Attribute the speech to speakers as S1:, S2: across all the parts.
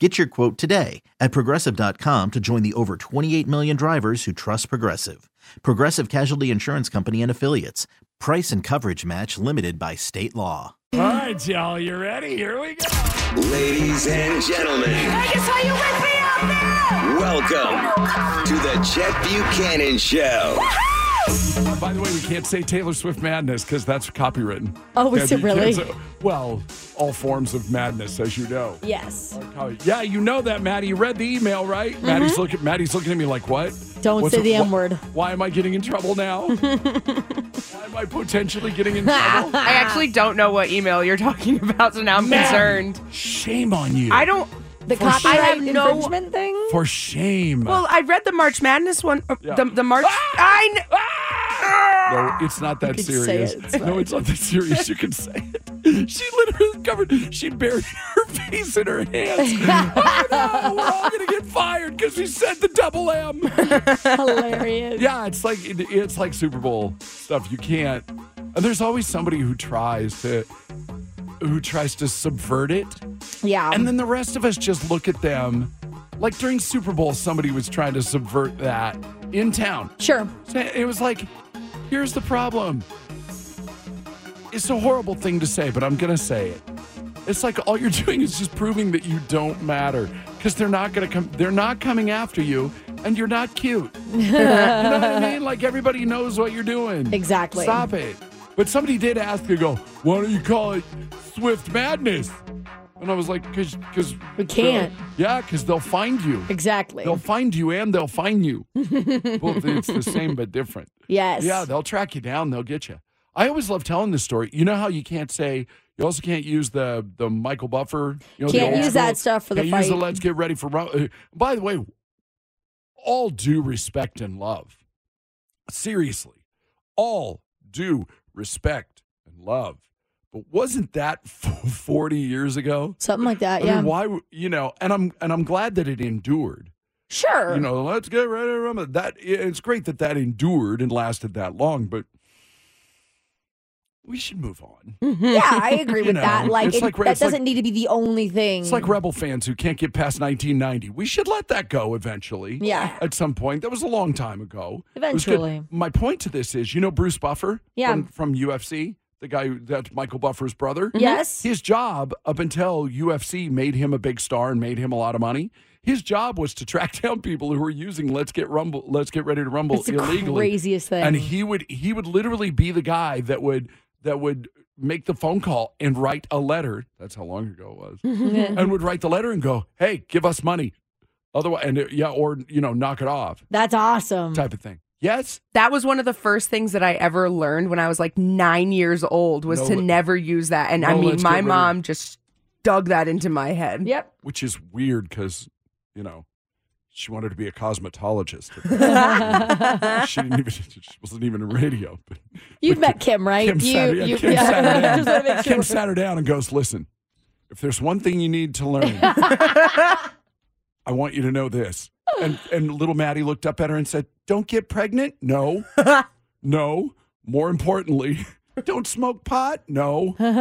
S1: Get your quote today at progressive.com to join the over 28 million drivers who trust Progressive. Progressive Casualty Insurance Company and Affiliates. Price and coverage match limited by state law.
S2: All right, y'all, you ready? Here we go.
S3: Ladies and gentlemen,
S4: Vegas, will you with me out there?
S3: welcome to the Chet Buchanan Show.
S2: Uh, by the way, we can't say Taylor Swift madness because that's copywritten.
S5: Oh, is
S2: Yeah,
S5: it
S2: you can't
S5: really?
S2: say- well, all forms of madness, as you know.
S5: Yes.
S2: Copy- Yeah, you know that, Maddie. You read the email, right? Maddie's looking. Maddie's looking at me like, "What?
S5: Mm-hmm. Don't say the
S2: wh-
S5: M-word.
S2: Why am I getting in trouble now? why am I potentially getting in trouble?
S6: I actually don't know what email you're talking about, so now I'm
S2: Maddie,
S6: concerned.
S2: Shame on you.
S6: I don't.
S5: The
S2: For sure.
S5: copyright
S6: I have no-
S5: infringement thing?
S2: For shame.
S6: Well, I read the March Madness one. uh,
S2: Yeah. Ah!
S6: The, the March. I kn-
S2: No, it's not that
S5: can
S2: serious.
S5: say it, it's
S2: no, it's not that serious. You can say it. She literally covered. She buried her face in her hands. oh no, we're all gonna get fired because we said the double M.
S5: Hilarious.
S2: yeah, it's like it- it's like Super Bowl stuff. You can't. And there's always somebody who tries to who tries to subvert it,
S5: Yeah.
S2: and then the rest of us just look at them. Like during Super Bowl, somebody was trying to subvert that in town.
S5: sure.
S2: So It was like, here's the problem. It's a horrible thing to say, but I'm going to say it. It's like all you're doing is just proving that you don't matter because they're not going to come. They're not coming after you, and you're not cute. you know what I mean? Like everybody knows what you're doing.
S5: Exactly.
S2: Stop it. But somebody did ask to go. Why don't you call it Swift Madness? And I was like, because because
S5: We can't.
S2: Yeah, because they'll find you.
S5: Exactly.
S2: They'll find you and they'll find you. Both it's the same but different.
S5: Yes.
S2: Yeah, they'll track you down. They'll get you. I always love telling this story. You know how you can't say. You also can't use the the Michael Buffer. You know, the
S5: Can't
S2: old
S5: use that stuff for the
S2: can't Use the
S5: fight.
S2: Let's get ready for. Ro- uh, By the way, all due respect and love. Seriously, all due respect and love. But wasn't that forty years ago?
S5: Something like
S2: I
S5: that.
S2: mean,
S5: Yeah.
S2: why? w- You know, and I'm and I'm glad that it endured
S5: sure.
S2: you know, let's get ready to rumble. That it's great that that endured and lasted that long, but we should move on.
S5: yeah, I agree
S2: You
S5: with
S2: know,
S5: that. Like,
S2: it's
S5: it,
S2: like-
S5: that
S2: it's like-
S5: doesn't need to be the only thing.
S2: It's like rebel fans who can't get past 1990. We should let that go eventually.
S5: Yeah.
S2: at some point. That was a long time ago. It was good.
S5: Eventually.
S2: my point to this is, you know, Bruce Buffer,
S5: Yeah.
S2: from, from UFC, the guy who- that's Michael Buffer's brother.
S5: Mm-hmm. yes.
S2: His job up until UFC made him a big star and made him a lot of money. His job was to track down people who were using "Let's Get Rumble," "Let's Get Ready to Rumble"
S5: It's the
S2: illegally.
S5: craziest thing.
S2: And he would he would literally be the guy that would that would make the phone call and write a letter. That's how long ago it was. and would write the letter and go, "Hey, give us money." Otherwise, and uh, yeah, or you know, knock it off,
S5: That's awesome.
S2: type of thing. Yes,
S6: that was one of the first things that I ever learned when I was like nine years old was
S2: No,
S6: to
S2: let-
S6: never use that. And I
S2: no,
S6: mean,
S2: let's
S6: my
S2: get rid of-
S6: mom just dug that into my head.
S5: Yep.
S2: which is weird because you know she wanted to be a cosmetologist. she didn't even she wasn't even in radio. But
S5: You've met Kim, right?
S2: Kim
S5: you,
S2: sat, yeah,
S5: you,
S2: Kim,
S5: yeah.
S2: sat her down,
S5: Just wanna make sure.
S2: Kim sat her down and goes, "Listen, if there's one thing you need to learn, I want you to know this." And and little Maddie looked up at her and said, "Don't get pregnant. No, no. More importantly." Don't smoke pot? No. We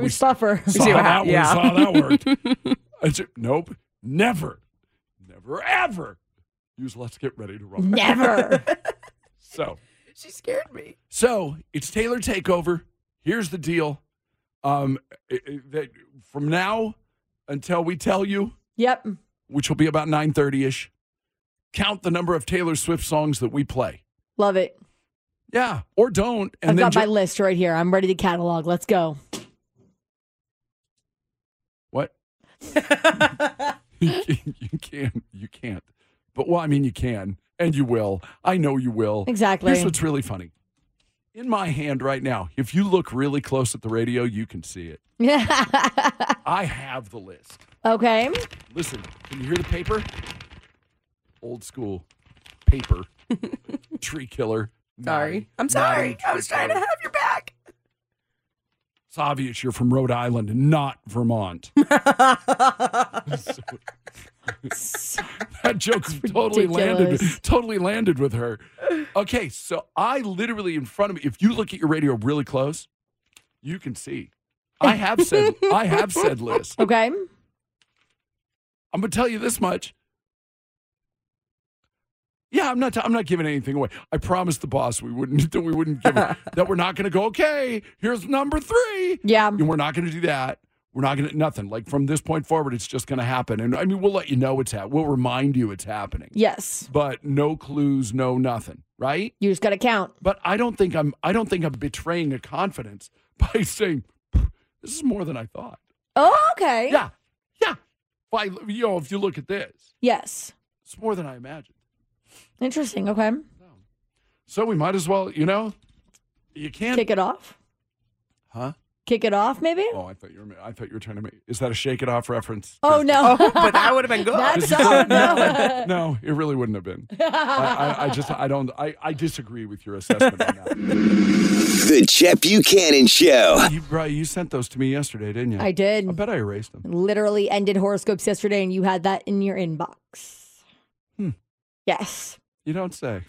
S5: Bruce Buffer.
S2: saw,
S6: See what
S2: that
S6: hap-
S2: one,
S6: yeah.
S2: saw that worked. I said, nope. Never. Never ever. Use let's get ready to rumble.
S5: Never.
S2: So
S6: She scared me.
S2: So it's Taylor Takeover. Here's the deal. Um, i- i- that from now until we tell you,
S5: Yep.
S2: which will be about 9:30 ish. Count the number of Taylor Swift songs that we play.
S5: Love it.
S2: Yeah, or don't. And
S5: I've
S2: then
S5: got
S2: ju-
S5: my list right here. I'm ready to catalog. Let's go.
S2: what? you can- you can't. You can't. But well, I mean, you can, and you will. I know you will.
S5: Exactly.
S2: Here's what's really funny. In my hand right now, if you look really close at the radio, you can see it. I have the list.
S5: okay.
S2: Listen, can you hear the paper? Old school paper. Tree killer.
S6: Sorry.
S2: Naughty.
S6: I'm
S2: Naughty
S6: sorry.
S2: tree
S6: I was trying to
S2: killer.
S6: have your back.
S2: It's obvious you're from Rhode Island and not Vermont. that joke totally landed.
S5: ridiculous.
S2: Totally landed with her. Okay, so I literally in front of me. If you look at your radio really close, you can see. I have said. I have said list.
S5: Okay.
S2: I'm gonna tell you this much. Yeah, I'm not. i I'm not giving anything away. I promised the boss we wouldn't. That we wouldn't give. it- that we're not gonna go. Okay, here's number three.
S5: Yeah.
S2: And we're not gonna do that. We're not gonna nothing. Like from this point forward, it's just gonna happen. And I mean, we'll let you know it's happening. We'll remind you it's happening.
S5: Yes.
S2: But no clues, no nothing. Right.
S5: You just got to count.
S2: But I don't think I'm. I don't think I'm betraying a confidence by saying this is more than I thought.
S5: Oh, okay.
S2: Yeah. Yeah. By you know, if you look at this,
S5: Yes.
S2: it's more than I imagined.
S5: Interesting. Okay.
S2: So we might as well, you know, you can't.
S5: Kick it off.
S2: Huh?
S5: Kick it off, maybe?
S2: Oh, I thought you were. I thought you were trying to make. Is that a shake it off reference?
S5: Oh, no.
S6: Oh, but that would have been good.
S5: That's oh, no.
S2: No, it really wouldn't have been. I, I, I just, I don't, I, I disagree with your assessment on that.
S3: The Chet Buchanan Show.
S2: You, bro, you sent those to me yesterday, didn't you?
S5: I did.
S2: I bet I erased them.
S5: Literally ended horoscopes yesterday, and you had that in your inbox.
S2: Hmm.
S5: Yes.
S2: You don't say.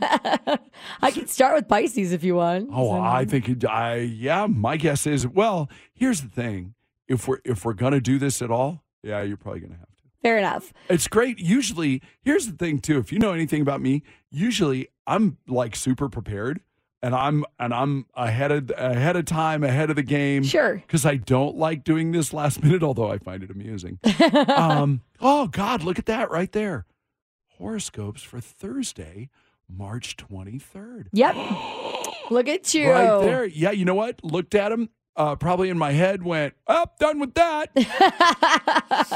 S5: I can start with Pisces if you want.
S2: Oh,
S5: So-
S2: I think, it, I, yeah, my guess is, well, here's the thing. If we're, if we're going to do this at all, yeah, you're probably going to have to.
S5: fair enough.
S2: It's great. Usually, here's the thing too. If you know anything about me, usually I'm like super prepared, and I'm and I'm ahead of ahead of time, ahead of the game.
S5: Sure.
S2: Because I don't like doing this last minute, although I find it amusing. um, oh God, look at that right there. Horoscopes for Thursday, March 23rd.
S5: Yep. Look at you.
S2: Right there. Yeah, you know what? Looked at him, uh, probably in my head, went, oh, done with that.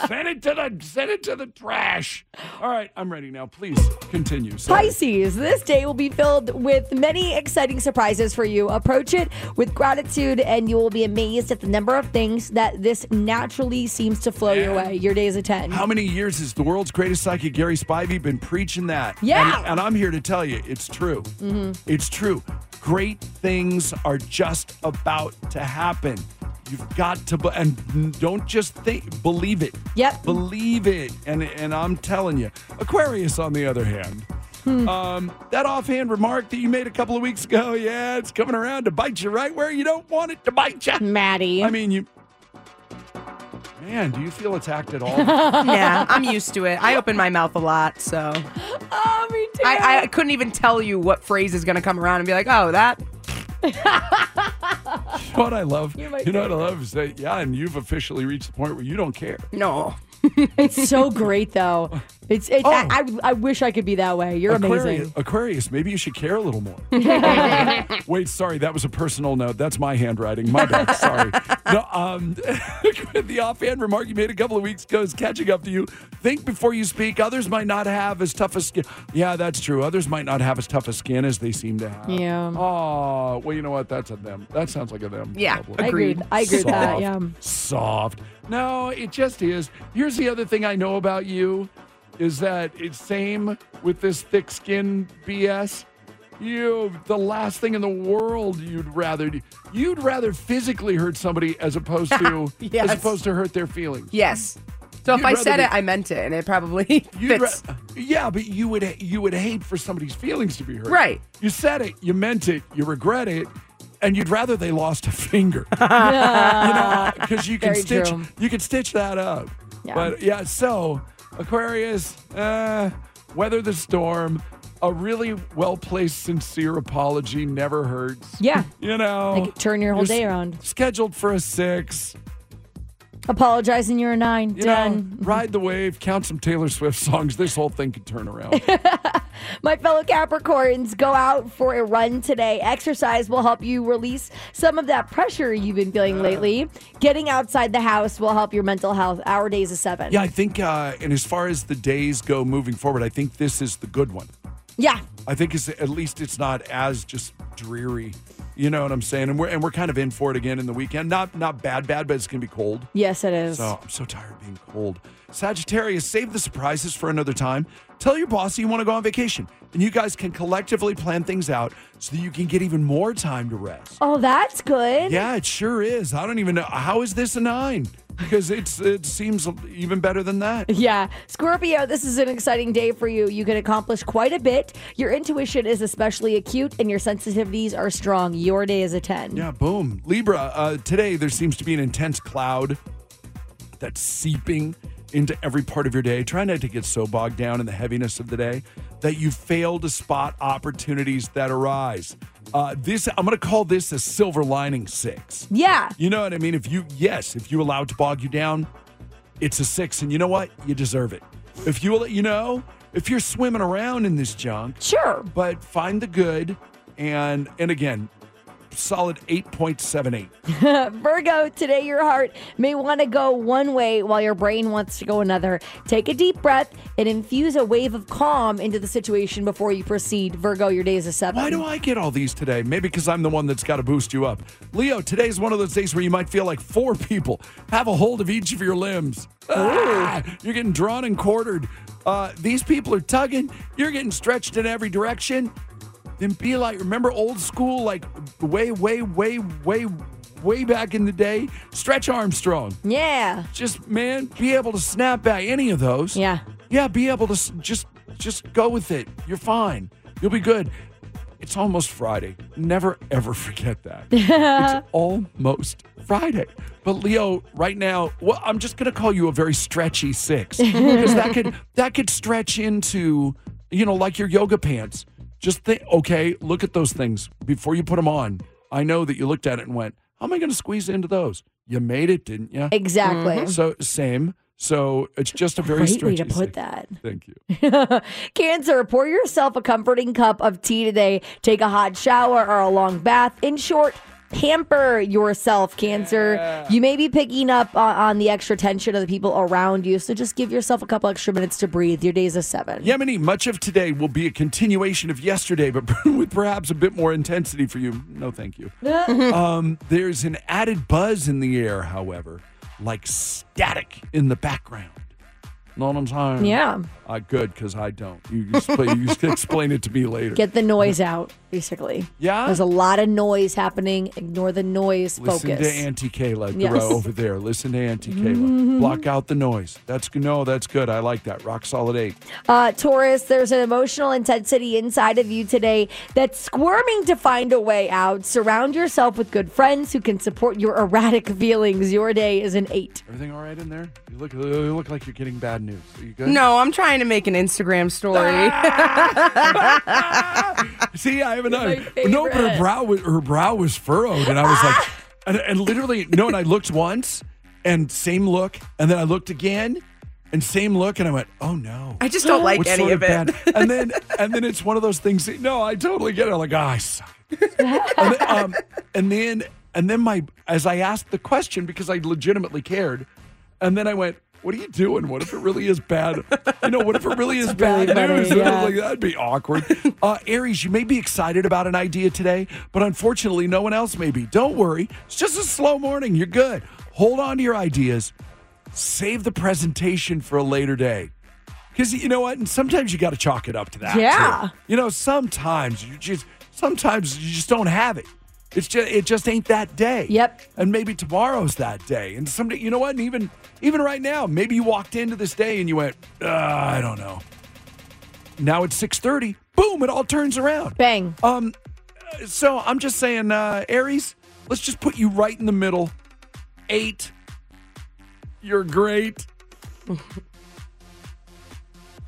S2: send it to the send it to the trash. All right, I'm ready now. Please continue. Sorry.
S5: Pisces, this day will be filled with many exciting surprises for you. Approach it with gratitude, and you will be amazed at the number of things that this naturally seems to flow your way. Your day is a 10.
S2: How many years has the world's greatest psychic Gary Spivey been preaching that?
S5: Yeah.
S2: And, and I'm here to tell you, it's true. It's true. Great things are just about to happen. You've got to, be- and don't just think, believe it.
S5: Yep.
S2: Believe it. And, and I'm telling you, Aquarius, on the other hand, um, that offhand remark that you made a couple of weeks ago, yeah, it's coming around to bite you right where you don't want it to bite you.
S5: Maddie.
S2: I mean, you. Man, do you feel attacked at all?
S6: yeah, I'm used to it. I open my mouth a lot, so
S5: oh, me too.
S6: I, I couldn't even tell you what phrase is going to come around and be like, oh, that.
S2: what I love, you
S5: You're my
S2: know what I love is that yeah, and you've officially reached the point where you don't care.
S6: No.
S5: it's so great, though. It's, it's I, I, I wish I could be that way. You're
S2: Oh. Aquarius,
S5: amazing.
S2: Aquarius, maybe you should care a little more. Wait, sorry, that was a personal note. That's my handwriting. My bad. Sorry. No, um, the offhand remark you made a couple of weeks ago is catching up to you. Think before you speak. Others might not have as tough a skin. Yeah, that's true. Others might not have as tough a skin as they seem to have.
S5: Yeah.
S2: Oh, well, you know what? That's a them. That sounds like a them.
S6: Yeah.
S2: problem.
S5: I agree. with- I agree with that.
S2: Oh, Soft.
S5: Yeah.
S2: Soft. No, it just is. Here's the other thing I know about you is that it's same with this thick skin BS. You, the last thing in the world you'd rather do- you'd rather physically hurt somebody as opposed to
S6: Yes.
S2: as opposed to hurt their feelings.
S6: Yes. So if
S2: You'd
S6: I
S2: rather
S6: said
S2: be-
S6: it, I meant it, and it probably
S2: You'd
S6: fits.
S2: ra- yeah, but you would you would hate for somebody's feelings to be hurt.
S6: Right.
S2: You said it, you meant it, you regret it, and you'd rather they lost a finger. you know, because you can
S5: Very
S2: stitch
S5: true.
S2: you can stitch that up.
S5: Yeah.
S2: But yeah, so Aquarius, uh, weather the storm. A really well placed, sincere apology never hurts.
S5: Yeah.
S2: You know,
S5: Like, turn your whole
S2: you're
S5: day
S2: s-
S5: around.
S2: Scheduled for a six.
S5: Apologizing, you're a nine.
S2: You
S5: Done.
S2: know, ride the wave, count some Taylor Swift songs. This whole thing could turn around.
S5: My fellow Capricorns, go out for a run today. Exercise will help you release some of that pressure you've been feeling lately. Getting outside the house will help your mental health. Our days is seven.
S2: yeah, I think, uh, and as far as the days go moving forward, I think this is the good one.
S5: Yeah.
S2: I think it's at least it's not as just dreary. You know what I'm saying? And we're and we're kind of in for it again in the weekend. Not not bad, bad, but it's gonna be cold.
S5: Yes, it is.
S2: So I'm so tired of being cold. Sagittarius, save the surprises for another time. Tell your boss that you want to go on vacation, and you guys can collectively plan things out so that you can get even more time to rest.
S5: Oh, that's good.
S2: Yeah, it sure is. I don't even know how is this a nine because it's it seems even better than that.
S5: Yeah. Scorpio, this is an exciting day for you. You can accomplish quite a bit. Your intuition is especially acute and your sensitivities are strong. Your day is a 10.
S2: Yeah, boom. Libra, uh, today there seems to be an intense cloud that's seeping into every part of your day. Try not to get so bogged down in the heaviness of the day that you fail to spot opportunities that arise. Uh, this I'm going to call this a silver lining six.
S5: Yeah.
S2: You know what I mean? If you, yes, if you allow it to bog you down, it's a six. And you know what? You deserve it. If you, you know, if you're swimming around in this junk,
S5: Sure.
S2: but find the good and and again solid 8.78
S5: Virgo, today your heart may want to go one way while your brain wants to go another. Take a deep breath and infuse a wave of calm into the situation before you proceed. Virgo, your day is a seven.
S2: why do i get all these today maybe because i'm the one that's got to boost you up leo today's one of those days where you might feel like four people have a hold of each of your limbs Ah, you're getting drawn and quartered uh, these people are tugging you're getting stretched in every direction then be like remember old school like way way way way way back in the day stretch armstrong
S5: Yeah.
S2: just man be able to snap back any of those
S5: Yeah.
S2: yeah be able to s- just just go with it you're fine you'll be good it's almost friday never ever forget that it's almost friday but leo right now well i'm just gonna call you a very stretchy six because that could that could stretch into you know like your yoga pants just think okay look at those things before you put them on i know that you looked at it and went how am i gonna squeeze into those you made it didn't you
S5: Exactly.
S2: so same. So it's just a very
S5: Great way to
S2: stretchy
S5: put
S2: thing.
S5: that.
S2: Thank you.
S5: Cancer, pour yourself a comforting cup of tea today. Take a hot shower or a long bath. In short, pamper yourself, Cancer. You may be picking up on, on the extra tension of the people around you, so just give yourself a couple extra minutes to breathe. Your day's a seven.
S2: Yemeni, much of today will be a continuation of yesterday, but with perhaps a bit more intensity for you. No, thank you. um, there's an added buzz in the air, however, like static in the background. Know what I'm saying?
S5: Yeah.
S2: Uh, good, because I don't. You, just play, you just explain it to me later.
S5: Get the noise out, basically.
S2: Yeah?
S5: There's a lot of noise happening. Ignore the noise.
S2: Listen
S5: Focus.
S2: to Auntie Kayla
S5: Yes. Mm-hmm.
S2: Thoreau over there. Listen to Auntie Kayla. Block out the noise. That's good. No, that's good. I like that. Rock solid eight.
S5: Uh, Taurus, there's an emotional intensity inside of you today that's squirming to find a way out. Surround yourself with good friends who can support your erratic feelings. Your day is an eight.
S2: Everything all right in there? You look you look like you're getting bad news. Are you good?
S6: No, I'm trying to make an Instagram story.
S2: Ah! See, I have another.
S5: my
S2: No, but her
S5: favorite.
S2: brow was her brow was furrowed, and I was like, and, and literally no. And I looked once, and same look, and then I looked again, and same look, and I went, oh no.
S6: I just don't like
S2: What
S6: any
S2: sort
S6: of it.
S2: bad- And then and then it's one of those things. That, no, I totally get it. I'm like, ah, I suck. and, then, um, and then and then my as I asked the question because I legitimately cared, and then I went, "What are you doing? What if it really is bad? You know, what if it really is bad
S5: funny,
S2: news?" And I was
S5: yeah.
S2: like, That'd be awkward. Uh, Aries, you may be excited about an idea today, but unfortunately, no one else may be. Don't worry. It's just a slow morning. You're good. Hold on to your ideas. Save the presentation for a later day. Because you know what? And sometimes you got to chalk it up to that. too.
S5: Yeah.
S2: You know, sometimes you just, sometimes you just don't have it. It's just, it just ain't that day.
S5: Yep.
S2: And maybe tomorrow's that day. And someday, you know what? And even, even right now, maybe you walked into this day and you went, uh, I don't know. Now it's 6.30. Boom, it all turns around.
S5: Bang.
S2: Um, so I'm just saying, uh, Aries, let's just put you right in the middle. Eight. You're great.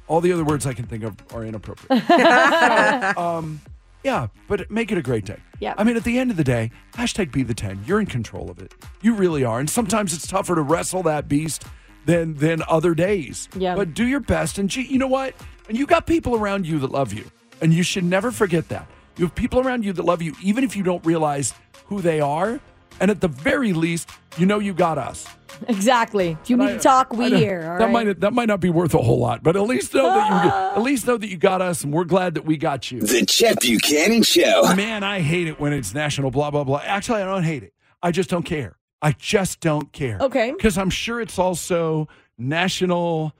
S2: All the other words I can think of are inappropriate. So, um, Yeah, but make it a great day.
S5: Yeah.
S2: I mean, at the end of the day, hashtag be the 10. You're in control of it. You really are. And sometimes it's tougher to wrestle that beast than than other days.
S5: Yeah.
S2: But do your best. And gee, you know what? And you got people around you that love you. And you should never forget that. You have people around you that love you, even if you don't realize who they are. And at the very least, you know you got us.
S5: Exactly. If you need to talk,
S2: I
S5: we
S2: know.
S5: here. all
S2: that
S5: right?
S2: might that might not be worth a whole lot, but at least know that you at least know that you got us, and we're glad that we got you.
S3: The Chet Buchanan Show.
S2: Man, I hate it when it's national blah blah blah. Actually, I don't hate it. I just don't care. I just don't care.
S5: Okay.
S2: Because I'm sure it's also national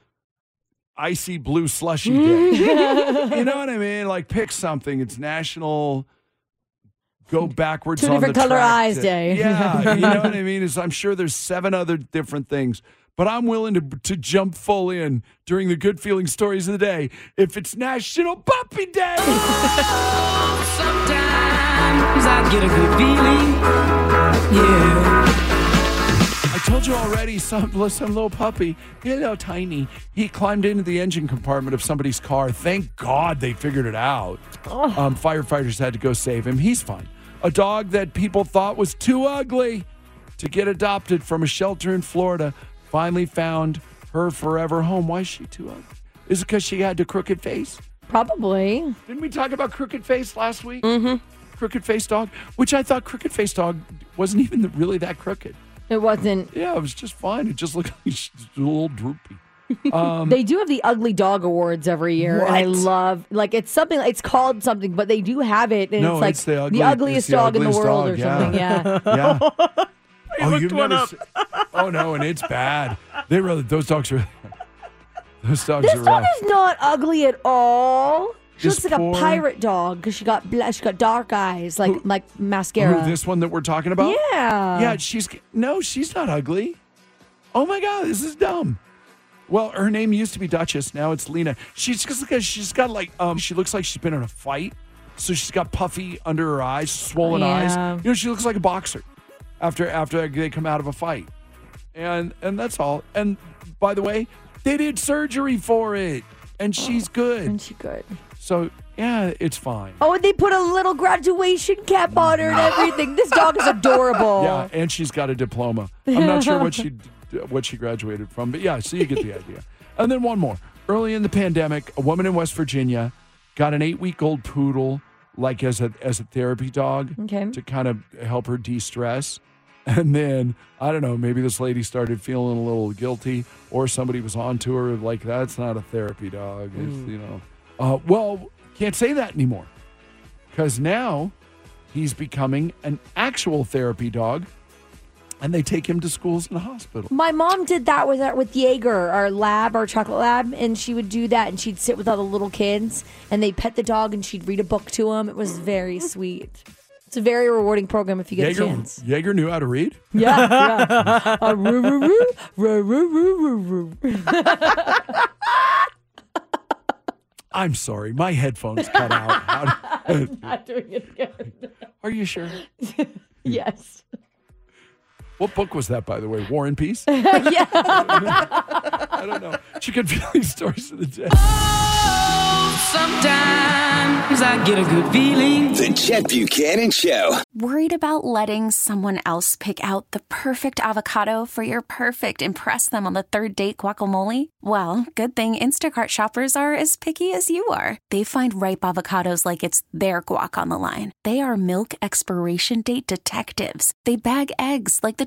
S2: icy blue slushy day. you know what I mean? Like pick something. It's national. Go backwards.
S5: Two
S2: on the
S5: different color
S2: track
S5: eyes day.
S2: Yeah, you know what I mean. Is I'm sure there's seven other different things, but I'm willing to to jump full in during the good feeling stories of the day if it's National Puppy Day.
S7: Sometimes I get a good feeling. Yeah.
S2: I told you already, some, some little puppy, he little tiny, he climbed into the engine compartment of somebody's car. Thank God they figured it out. Um, firefighters had to go save him. He's fine. A dog that people thought was too ugly to get adopted from a shelter in Florida finally found her forever home. Why is she too ugly? Is it because she had the crooked face?
S5: Probably.
S2: Didn't we talk about crooked face last week? Mm-hmm. Crooked face dog, which I thought crooked face dog wasn't even really that crooked.
S5: It wasn't.
S2: Yeah, it was just fine. It just looked like she's a little droopy.
S5: they do have the Ugly Dog Awards every year. and I
S2: Um, What?
S5: love like it's something. It's called something, but they do have it, and
S2: No,
S5: it's like
S2: it's the ugly- it's
S5: ugliest
S2: the
S5: dog in
S2: ugliest
S5: the world
S2: dog,
S5: or
S2: yeah.
S5: something. Yeah.
S2: Yeah. oh, you've never se- oh no, and it's bad. They really those dogs are those dogs
S5: this
S2: are uh,
S5: dog
S2: rough.
S5: is not ugly at all. She
S2: This
S5: looks like
S2: poor-
S5: a pirate dog because she got bla- she got dark eyes, like like mascara.
S2: Who, this one that we're talking about?
S5: yeah.
S2: Yeah, she's no, she's not ugly. Oh my god, this is dumb. Well, her name used to be Duchess. Now it's Lena. She's just because she's got like um, she looks like she's been in a fight, so she's got puffy under her eyes, swollen
S5: Yeah.
S2: eyes. You know, she looks like a boxer after after they come out of a fight, and and that's all. And by the way, they did surgery for it, and she's
S5: Isn't
S2: good.
S5: Oh, she good?
S2: So yeah, it's fine.
S5: Oh, and they put a little graduation cap on her and everything. This dog is adorable.
S2: Yeah, and she's got a diploma. I'm not sure what she what she graduated from, but yeah, so you get the idea. And then one more. Early in the pandemic, a woman in West Virginia got an eight week old poodle, like as a as a therapy dog,
S5: Okay.
S2: to kind of help her de stress. And then I don't know, maybe this lady started feeling a little guilty, or somebody was on to her like that's not a therapy dog, it's,
S5: Mm.
S2: you know. Uh, well, can't say that anymore because now he's becoming an actual therapy dog and they take him to schools and hospitals.
S5: My mom did that with our, with Jaeger, our lab, our chocolate lab, and she would do that, and she'd sit with all the little kids, and they pet the dog, and she'd read a book to him. It was very sweet. It's a very rewarding program if you get a
S2: Jaeger,
S5: chance.
S2: Jaeger knew how to read.
S5: Yeah, yeah. Uh, roo, roo, roo, roo, roo, roo, roo.
S2: I'm sorry, my headphones cut out. How do-
S5: Not doing it again.
S2: Are you sure?
S5: Yes.
S2: What book was that, by the way? War and Peace?
S5: yeah.
S2: I don't know. She could feel these stories of the day.
S7: Sometimes I get a good feeling.
S3: The Chet Buchanan Show.
S8: Worried about letting someone else pick out the perfect avocado for your perfect impress them on the third date guacamole? Well, good thing Instacart shoppers are as picky as you are. They find ripe avocados like it's their guac on the line. They are milk expiration date detectives. They bag eggs like the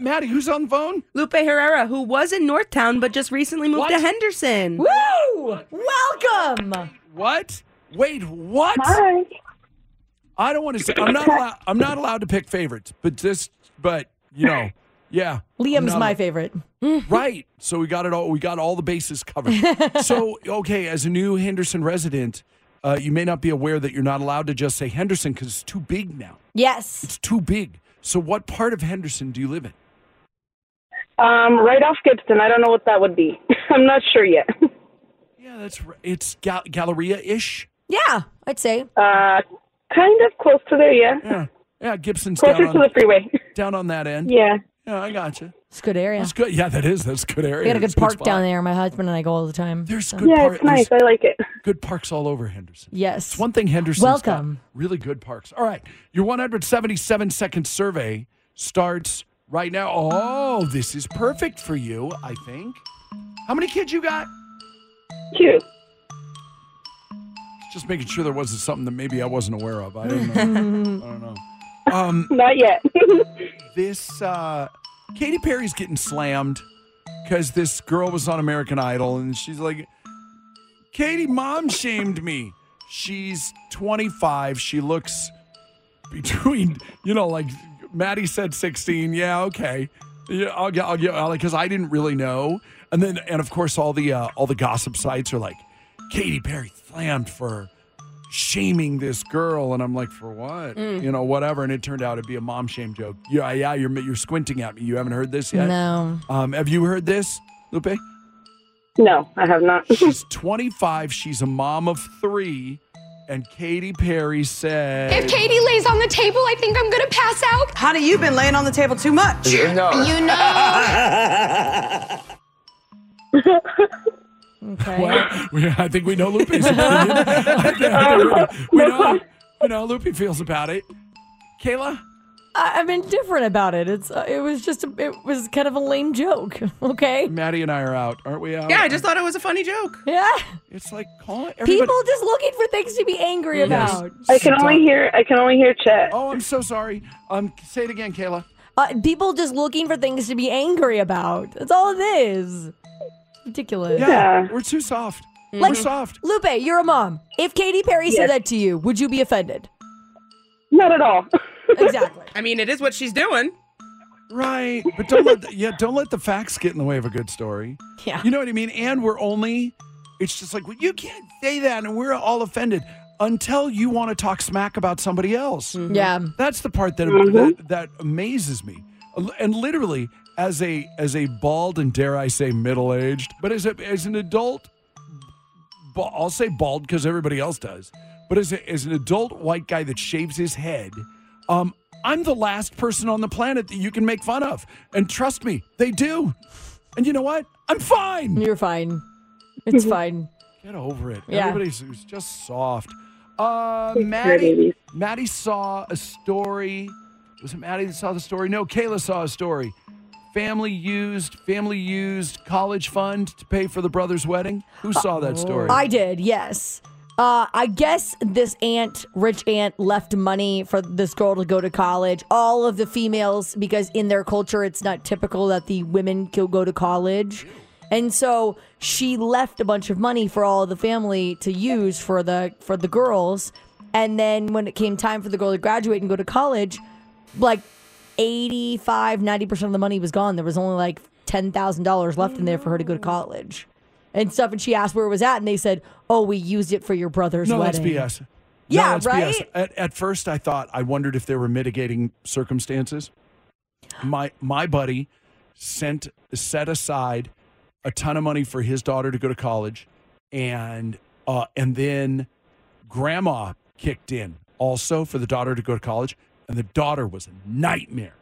S2: Maddie, who's on the phone?
S6: Lupe Herrera, who was in Northtown but just recently moved
S2: What?
S6: to Henderson.
S5: Woo! Welcome.
S2: What? Wait, what?
S9: Hi.
S2: I don't want to say. I'm not. Allow, I'm not allowed to pick favorites, but just. But you know, yeah.
S5: Liam's
S2: No.
S5: my favorite.
S2: Right. So we got it all. We got all the bases covered. so okay, as a new Henderson resident, uh, you may not be aware that you're not allowed to just say Henderson because it's too big now.
S5: Yes.
S2: It's too big. So what part of Henderson do you live in?
S9: Um, right off Gibson. I don't know what that would be. I'm not sure yet.
S2: Yeah, that's. r- It's gal- Galleria ish.
S5: Yeah, I'd say.
S9: Uh, kind of close to there, yeah.
S2: Yeah. Yeah. Gibson's
S9: Closer
S2: down
S9: to
S2: on,
S9: the freeway.
S2: down on that end.
S9: Yeah.
S2: Yeah, I got you.
S5: It's a good area.
S2: That's good. Yeah, that is. That's a good area.
S5: We got a
S2: That's
S5: good park
S2: spot.
S5: down there. My husband and I go all the time.
S2: There's
S5: so-
S2: good
S9: yeah,
S2: park.
S9: it's nice. I like it.
S2: Good parks all over Henderson.
S5: Yes.
S2: It's one thing Henderson.
S5: Welcome.
S2: Really good parks. All right. Your 177 second survey starts right now. Oh, this is perfect for you, I think. How many kids you got?
S9: Cute.
S2: Just making sure there wasn't something that maybe I wasn't aware of. I don't know. I don't know. Um,
S9: Not yet.
S2: this uh, Katy Perry's getting slammed because this girl was on American Idol and she's like, Katy mom shamed me. She's 25. She looks between, you know, like Maddie said 16. Yeah, okay. Yeah, I'll get, I'll get, because I didn't really know. And then, and of course, all the uh, all the gossip sites are like, Katy Perry slammed for shaming this girl, and I'm like, for what? You know, whatever. And it turned out to be a mom shame joke. Yeah, yeah. You're you're squinting at me. You haven't heard this yet.
S5: No.
S2: Um, have you heard this, Lupe?
S9: no, I have not.
S2: She's 25. She's a mom of three. And Katy Perry said,
S10: If Katie lays on the table, I think I'm gonna pass out.
S7: Honey, you've been laying on the table too much.
S10: You know,
S5: Okay.
S2: Well, we, I think we know Lupe's opinion. I think- I think we, we know, we know how Lupe feels about it. Kayla?
S5: I, I'm indifferent about it. It's uh, it was just a, it was kind of a lame joke. Okay.
S2: Maddie and I are out, aren't we out?
S6: Yeah, I just thought it was a funny joke.
S5: Yeah.
S2: It's like, call it. Everybody,
S5: People just looking for things to be angry about.
S9: I can only hear. I can only hear chat.
S2: Oh, I'm so sorry. Um, Say it again, Kayla.
S5: Uh, people just looking for things to be angry about. That's all it is. Ridiculous.
S2: Yeah,
S9: Yeah.
S2: we're too soft. We're
S5: Like-
S2: soft.
S5: Lupe, you're a mom. If Katy Perry
S9: Yes.
S5: said that to you, would you be offended?
S9: Not at all.
S5: Exactly.
S6: I mean, it is what she's doing.
S2: Right, but don't let the, yeah, don't let the facts get in the way of a good story.
S5: Yeah.
S2: you know what I mean. And we're only, it's just like well, you can't say that, and we're all offended until you want to talk smack about somebody else.
S5: Mm-hmm. Yeah.
S2: That's the part that, that that amazes me. And literally, as a as a bald and dare I say middle aged, but as a, as an adult, ba- I'll say bald because everybody else does. But as a, as an adult white guy that shaves his head, um, I'm the last person on the planet that you can make fun of. And trust me, they do. And you know what? I'm fine.
S5: You're fine. It's fine.
S2: Get over it.
S5: Yeah.
S2: Everybody's it's just soft. Uh,
S9: babies.
S2: Maddie, Maddie saw a story. Was it Maddie that saw the story? No, Kayla saw a story. Family used, family used college fund to pay for the brother's wedding. Who saw that story?
S5: Uh, I did, yes. Uh, I guess this aunt, rich aunt, left money for this girl to go to college. All of the females, because in their culture, it's not typical that the women can go to college. And so she left a bunch of money for all the family to use for the for the girls. And then when it came time for the girl to graduate and go to college, like 85, 90% of the money was gone. There was only like $10,000 left in there for her to go to college and stuff. And she asked where it was at, and they said, Oh, we used it for your brother's
S2: no,
S5: wedding.
S2: that's BS. No,
S5: Yeah,
S2: that's BS.
S5: right?
S2: At, at first, I thought I wondered if there were mitigating circumstances. My my buddy sent set aside a ton of money for his daughter to go to college, and uh, and then grandma kicked in also for the daughter to go to college, and the daughter was a nightmare.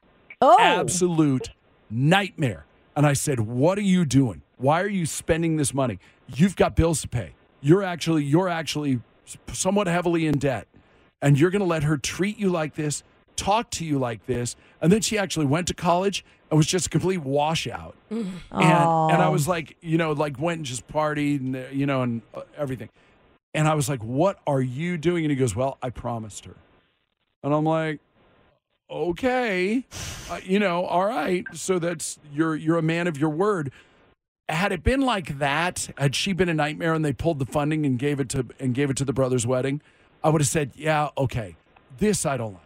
S5: Oh.
S2: absolute nightmare. And I said, What are you doing? Why are you spending this money? You've got bills to pay. You're actually, you're actually somewhat heavily in debt. And you're going to let her treat you like this, talk to you like this. And then she actually went to college and was just a complete washout.
S5: And,
S2: And, and I was like, you know, like went and just partied and, uh, you know, and uh, everything. And I was like, What are you doing? And he goes, Well, I promised her. And I'm like, okay, uh, you know, all right. So that's you're you're a man of your word. Had it been like that, had she been a nightmare and they pulled the funding and gave it to and gave it to the brother's wedding, I would have said, yeah, okay, this I don't like.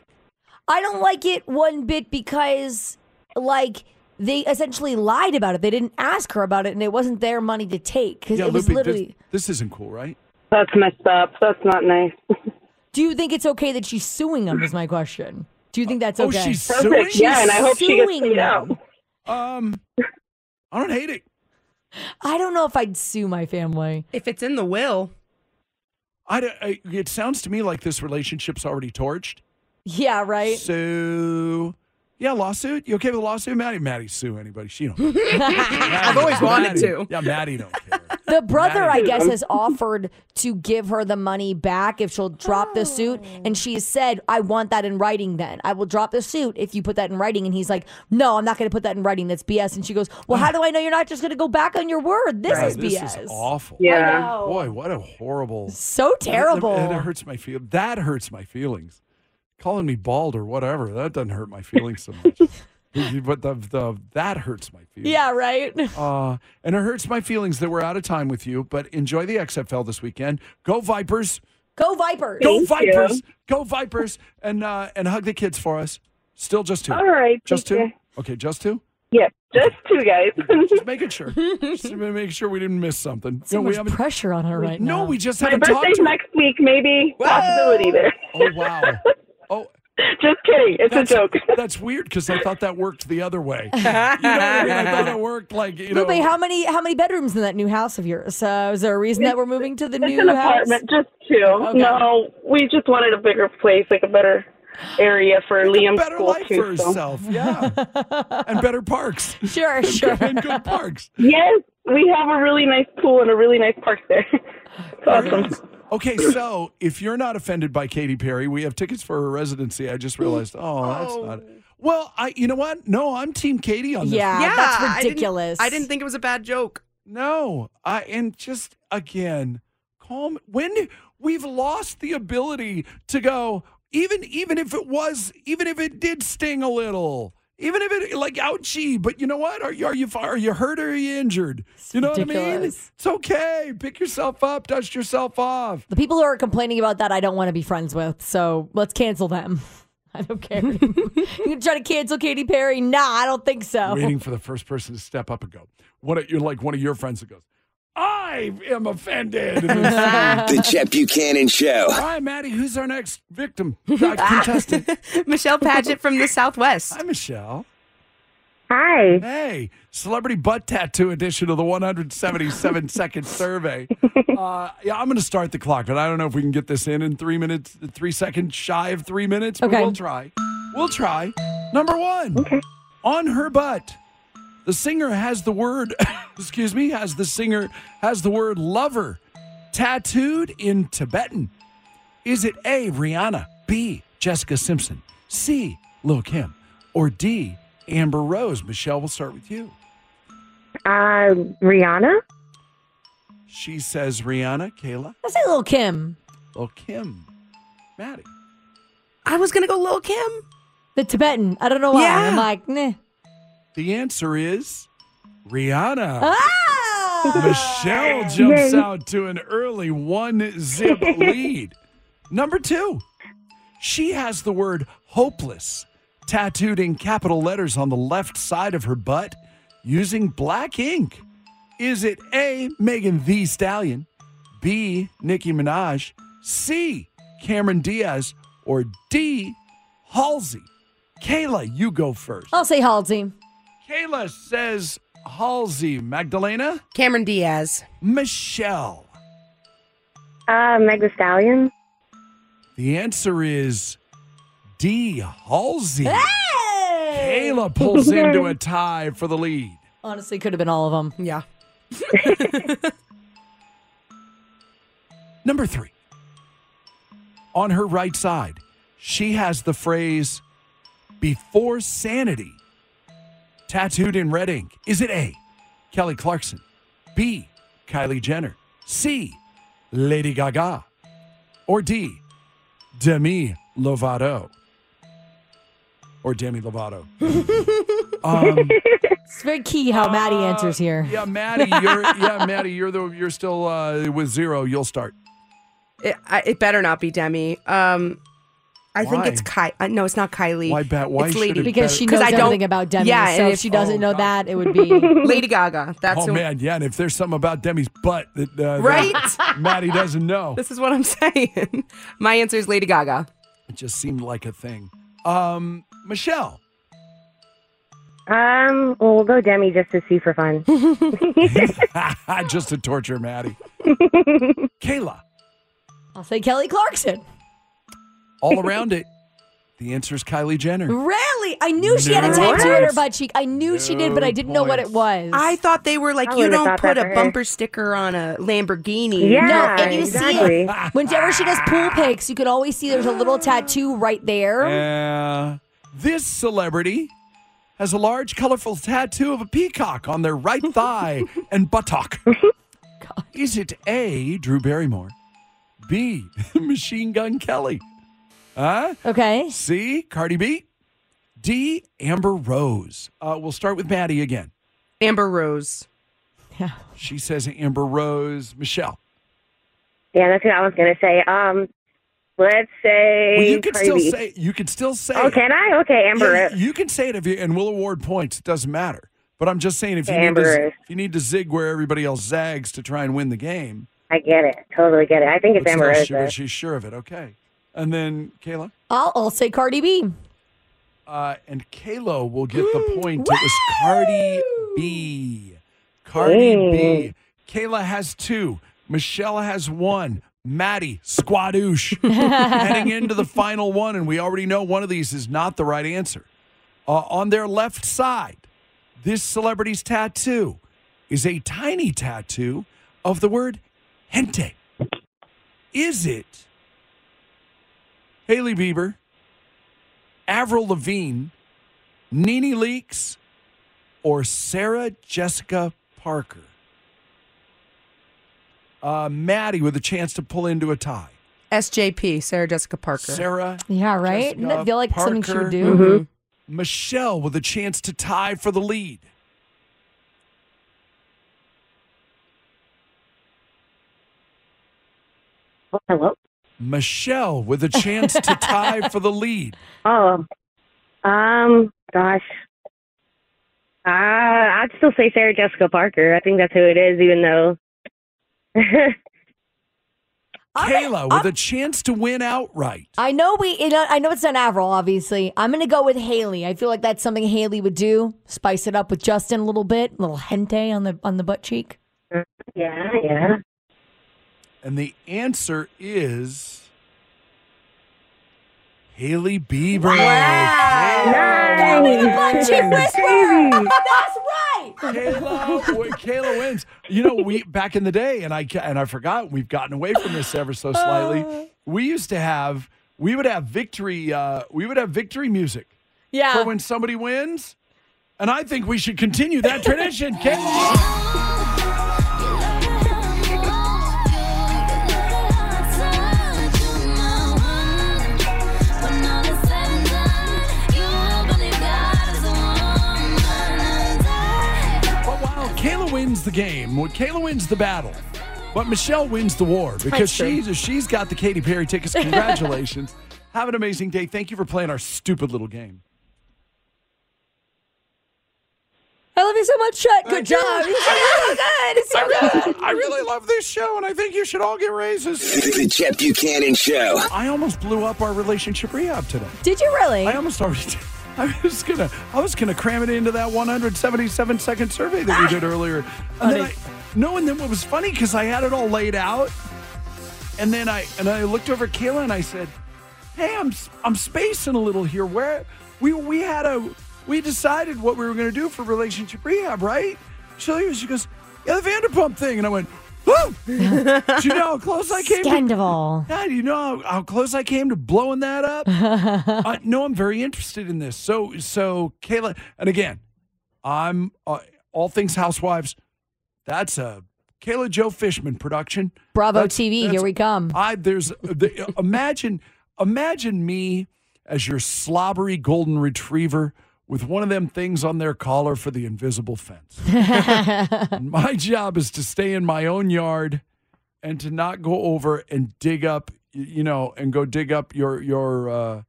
S5: I don't like it one bit because, like, they essentially lied about it. They didn't ask her about it, and it wasn't their money to take because
S2: Yeah,
S5: it was
S2: Lupe,
S5: literally.
S2: this, this isn't cool, right?
S9: That's messed up. That's not nice.
S5: Do you think it's okay that she's suing them? Is my question. Do you think that's
S2: Oh,
S5: okay?
S2: she's suing? Perfect,
S9: yeah, and I hope she gets
S5: suing
S9: paid
S5: them.
S2: Um, I don't hate it.
S5: I don't know if I'd sue my family.
S6: If it's in the will,
S2: I, don't- I it sounds to me like this relationship's already torched.
S5: Yeah, right.
S2: So, yeah, lawsuit. You okay with a lawsuit, Maddie? Maddie sue anybody? She don't.
S6: I've always wanted
S2: Maddie-
S6: to.
S2: Yeah, Maddie don't.
S5: The brother, I
S2: Maddie.
S5: guess, has offered to give her the money back if she'll drop the suit. And she has said, I want that in writing then. I will drop the suit if you put that in writing. And he's like, No, I'm not going to put that in writing. That's BS. And she goes, Well, how do I know you're not just going to go back on your word? This
S2: Wow,
S5: is BS.
S2: This is awful.
S9: Yeah. I
S2: Boy, what a horrible.
S5: So terrible.
S2: That, that hurts my feel. That hurts my feelings. Calling me bald or whatever that doesn't hurt my feelings so much. but the, the that hurts my feelings.
S5: yeah, right?
S2: Uh, and it hurts my feelings that we're out of time with you. But enjoy the XFL this weekend. Go Vipers.
S5: Go Vipers.
S2: Go
S9: Thank you.
S2: Vipers. Go Vipers. And uh, and hug the kids for us. Still just two.
S9: All right,
S2: Just two.
S9: TJ.
S2: Okay, just two.
S9: Yeah, just two guys.
S2: Just making sure. Just making sure we didn't miss something.
S5: So
S2: No, we
S5: much
S2: haven't-
S5: pressher on her right now.
S2: No, we just
S9: My
S2: haven't talked
S9: birthday's
S2: to her.
S9: next week, maybe. Possibility there.
S2: Oh wow. Oh,
S9: Just kidding. It's a joke.
S2: that's weird because I thought that worked the other way. You know what I mean? I thought it worked like you know.
S5: Lupe, how many how many bedrooms in that new house of yours? Uh, is there a reason that we're moving to the
S9: It's
S5: new
S9: an
S5: house?
S9: apartment, just two.
S5: Okay.
S9: No, we just wanted a bigger place, like a better area for Liam's
S2: better
S9: school
S2: life
S9: too.
S2: for
S9: so-
S2: herself, yeah, and better parks
S5: Sure, sure.
S2: and good parks.
S9: Yes, we have a really nice pool and a really nice park there. it's awesome.
S2: Okay, so if you're not offended by Katy Perry, we have tickets for her residency. I just realized, oh, that's not. Well, I, you know what? No, I'm Team Katie on this.
S5: Yeah,
S6: yeah,
S5: that's
S6: I didn't-
S5: ridiculous.
S6: I didn't, think it was a bad joke.
S2: No, I and just again, calm. When we've lost the ability to go, even even if it was, even if it did sting a little, even if it like ouchie, but you know what? Are you are you are you hurt or are you injured? you know what I mean?
S5: ridiculous.
S2: It's okay. Pick yourself up, dust yourself off.
S5: The people who are complaining about that, I don't want to be friends with. So let's cancel them. I don't care. you try to cancel Katy Perry? Nah, I don't think so.
S2: Waiting for the first person to step up and go. What you're like one of your friends that goes, I am offended.
S11: Uh,
S2: And it's-
S3: The Chet Buchanan Show.
S2: Hi, Maddie. Who's our next victim? Uh,
S9: Ah.
S2: Contestant.
S6: Michelle Paget from the Southwest.
S2: Hi, Michelle.
S11: Hi.
S2: Hey, celebrity butt tattoo edition of the 177 second survey. Uh, yeah, I'm going to start the clock, but I don't know if we can get this in in three minutes, three seconds shy of three minutes. But
S5: Okay.
S2: we'll try. We'll try. Number one, on her butt, the singer has the word. excuse me, has the singer has the word lover tattooed in Tibetan. Is it A, Rihanna, B, Jessica Simpson, C, Lil Kim, or D, Amber Rose? Michelle, we'll start with you.
S11: Uh, Rihanna?
S2: She says Rihanna, Kayla,
S5: I say Lil Kim,
S2: Lil Kim, Maddie.
S6: I was gonna go Lil Kim.
S5: the Tibetan. I don't know why.
S6: Yeah.
S5: I'm like, nah.
S2: The answer is Rihanna.
S5: Ah!
S2: Michelle jumps
S11: Yay.
S2: out to an early one zip lead. Number two, she has the word hopeless tattooed in capital letters on the left side of her butt using black ink. Is it A, Megan the Stallion, B, Nicki Minaj, C, Cameron Diaz, or D, Halsey? Kayla, you go first.
S5: I'll say Halsey.
S2: Kayla says Halsey. Magdalena?
S6: Cameron Diaz.
S2: Michelle.
S11: Uh, Meg Thee Stallion?
S2: The answer is D. Halsey.
S5: Hey!
S2: Kayla pulls into a tie for the lead.
S5: Honestly, could have been all of them.
S6: Yeah.
S2: Number three. On her right side, she has the phrase before sanity tattooed in red ink. Is it A, Kelly Clarkson, B, Kylie Jenner, C, Lady Gaga, or D, Demi Lovato? Or Demi Lovato. Um,
S5: It's very key how Maddie answers here.
S2: Uh, yeah, Maddie, you're yeah, Maddie, you're the you're still uh, with zero. You'll start.
S6: It, I- it better not be Demi. Um, I think
S2: Why?
S6: it's Kylie. Uh, no, it's not Kylie.
S2: Why, Bat, why
S6: It's
S2: should
S6: Lady
S2: it be
S5: Because she knows
S6: I don't-
S5: everything about Demi.
S6: Yeah,
S5: so
S6: and
S5: if
S6: if-
S5: she doesn't know that, it would be.
S6: Lady Gaga. That's
S2: oh
S6: who-
S2: man, yeah, and if there's something about Demi's butt that uh, that
S6: Right?
S2: Maddie doesn't know,
S6: This is what I'm saying. My answer is Lady Gaga.
S2: it just seemed like a thing. Um, Michelle,
S11: Um, well, we'll go Demi just to see for fun.
S2: just to torture Maddie. Kayla,
S5: I'll say Kelly Clarkson.
S2: all around it, the answer is Kylie Jenner.
S5: Really? I knew she had a
S2: No
S5: tattoo on her
S2: points.
S5: butt cheek. I knew she did, but I didn't know what it was.
S6: I thought they were like,
S11: I
S6: you
S11: would've
S6: don't
S11: thought
S6: put
S11: that
S6: a
S11: for her.
S6: bumper sticker on a Lamborghini.
S11: yeah,
S5: No, and you
S11: exactly.
S5: see it. Whenever she does pool pics, you can always see there's a little tattoo right there.
S2: Uh, this celebrity has a large, colorful tattoo of a peacock on their right thigh and buttock. Is it A, Drew Barrymore? B, Machine Gun Kelly? Huh?
S5: Okay.
S2: C, Cardi B? D, Amber Rose? Uh, we'll start with Maddie again.
S6: Amber Rose.
S5: Yeah.
S2: She says Amber Rose. Michelle.
S11: Yeah, that's what I was gonna say. Um, let's say.
S2: Well, you can
S11: Cardi
S2: still
S11: B.
S2: say you can still say
S11: Oh, can I? Okay, Amber.
S2: Yeah,
S11: Rose.
S2: you can say it if you and we'll award points. It doesn't matter. But I'm just saying if you, need
S11: Amber
S2: to,
S11: Rose.
S2: if you need to zig where everybody else zags to try and win the game,
S11: I get it. Totally get it. I think it's
S2: but
S11: Amber
S2: still,
S11: Rose.
S2: she-
S11: though.
S2: she's sure of it. Okay. And then Kayla.
S5: I'll, I'll say Cardi B.
S2: Uh, and Kayla will get the point. It was Cardi B. Cardi B. Kayla has two. Michelle has one. Maddie, squadoosh. Heading into the final one, and we already know one of these is not the right answer. Uh, on their left side, this celebrity's tattoo is a tiny tattoo of the word hente. Is it Haley Bieber? Avril Lavigne, Nene Leakes, or Sarah Jessica Parker? Uh, Maddie with a chance to pull into a tie.
S6: SJP, Sarah Jessica Parker.
S2: Sarah,
S5: Yeah, right? Doesn't
S2: Jessica
S5: that feel like something she
S2: Parker.
S5: would do?
S6: Mm-hmm.
S11: Mm-hmm.
S2: Mm-hmm. Michelle with a chance to tie for the lead.
S11: Oh, Hello.
S2: Michelle with a chance to tie for the lead.
S11: Oh, um, gosh. Uh, I'd still say Sarah Jessica Parker. I think that's who it is, even though.
S2: Kayla with a chance to win outright.
S5: I know we. You know, I know it's not Avril, obviously. I'm gonna go with Haley. I feel like that's something Haley would do. Spice it up with Justin a little bit, little hente on the on the butt cheek.
S11: yeah, yeah.
S2: And the answer is Haley Bieber.
S11: Nice.
S5: That's
S6: Mm-hmm.
S5: right.
S2: Kayla, wait, Kayla wins. You know, we back in the day, and I ca- and I forgot we've gotten away from this ever so slightly. We used to have we would have victory uh, we would have victory music for
S5: Yeah.
S2: when somebody wins, and I think we should continue that tradition. Kayla, but wow, Kayla wins the game. Well, Kayla wins the battle, but Michelle wins the war because
S6: That's true.
S2: she's she's got the Katy Perry tickets. Congratulations! have an amazing day. Thank you for playing our stupid little game.
S5: I love you so much, Chet. Good job. It's so good. It's so good.
S2: I really love this show, and I think you should all get raises.
S3: The Chet Buchanan Show.
S2: I almost blew up our relationship rehab today.
S5: Did you really?
S2: I almost already. Did. I was gonna, I was gonna cram it into that 177 second survey that we did earlier. And then I, no, and then what was funny because I had it all laid out, and then I and I looked over at Kayla and I said, "Hey, I'm s- I'm spacing a little here. Where we we had a we decided what we were going to do for relationship rehab, right? She, she goes, yeah, the Vanderpump thing. And I went, Woo! do you know how close I came?
S5: Scandal.
S2: To, yeah, do you know how, how close I came to blowing that up? uh, no, I'm very interested in this. So, so Kayla, and again, I'm uh, all things housewives. That's a Kayla Joe Fishman production.
S5: Bravo
S2: That's-
S5: TV, here
S2: that's-
S5: we come.
S2: I there's the, imagine imagine me as your slobbery golden retriever with one of them things on their collar for the invisible fence. my job is to stay in my own yard and to not go over and dig up y- you know and go dig up your your uh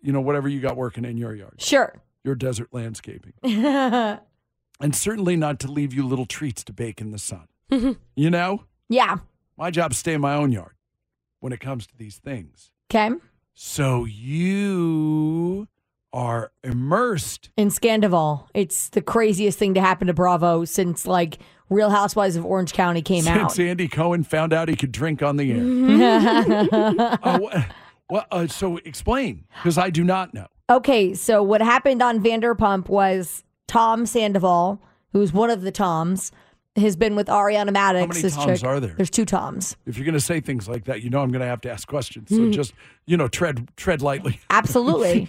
S2: you know whatever you got working in your yard.
S5: Sure.
S2: Your desert landscaping.
S5: yeah.
S2: And certainly not to leave you little treats to bake in the sun. You know? My job's stay in my own yard when it comes to these things.
S5: Okay.
S2: So you are immersed.
S5: In Scandival, it's the craziest thing to happen to Bravo since like Real Housewives of Orange County came out. Mm-hmm.
S2: Since Andy Cohen found out he could drink on the air. uh, what, what, uh, so explain, because I do not know.
S5: Okay, so what happened on Vanderpump was Tom Sandoval, who's one of the Toms, has been with Ariana Maddox.
S2: many
S5: this
S2: Toms
S5: chick.
S2: are there?
S5: There's two Toms.
S2: If you're going to say things like that, you know I'm going to have to ask questions. So just you know, tread tread lightly.
S5: Mm-hmm. Absolutely.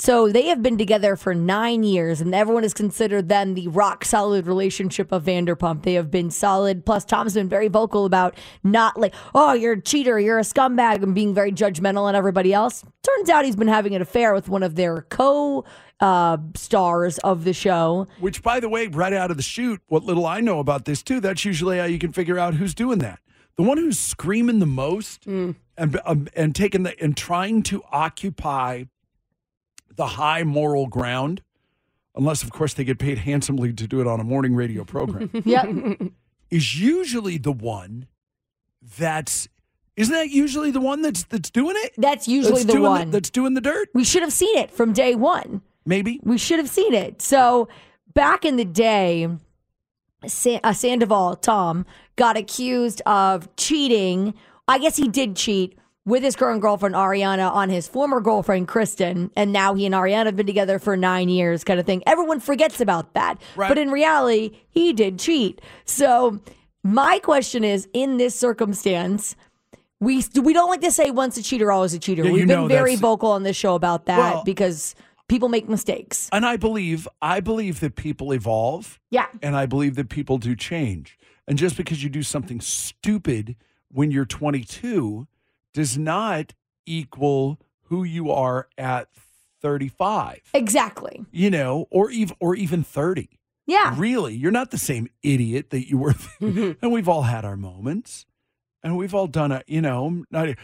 S5: so they have been together for nine years, and everyone has considered them the rock solid relationship of Vanderpump. They have been solid. Plus, Tom's been very vocal about not like, oh, you're a cheater, you're a scumbag, and being very judgmental on everybody else. Turns out he's been having an affair with one of their co uh, stars of the show.
S2: Which, by the way, right out of the shoot, what little I know about this too, that's usually how you can figure out who's doing that. The one who's screaming the most
S5: Hmm.
S2: and um, and taking the and trying to occupy the high moral ground, unless of course they get paid handsomely to do it on a morning radio program,
S5: Yep.
S2: is usually the one that's isn't that usually the one that's that's doing it?
S5: That's usually
S2: That's
S5: the
S2: doing
S5: one.
S2: that's doing the dirt.
S5: we should have seen it from day one.
S2: Maybe
S5: We should have seen it. So back in the day, Sa- uh, Sandoval, Tom, got accused of cheating. I guess he did cheat with his current girlfriend, Ariana, on his former girlfriend, Kristen. And now he and Ariana have been together for nine years, kind of thing. Everyone forgets about that.
S2: Right.
S5: But in reality, he did cheat. So my question is in this circumstance, we, we don't like to say once a cheater, always a cheater.
S2: Yeah, you
S5: We've
S2: know
S5: been very
S2: that's-
S5: vocal on this show about that
S2: Well-
S5: because people make mistakes.
S2: and I believe I believe that people evolve.
S5: Yeah.
S2: And I believe that people do change. And just because you do something stupid when you're 22 does not equal who you are at 35,
S5: Exactly.
S2: you know, or even or even 30.
S5: Yeah. Mm-hmm.
S2: Really, you're not the same idiot that you were. and we've all had our moments, and we've all done a, you know, not. e,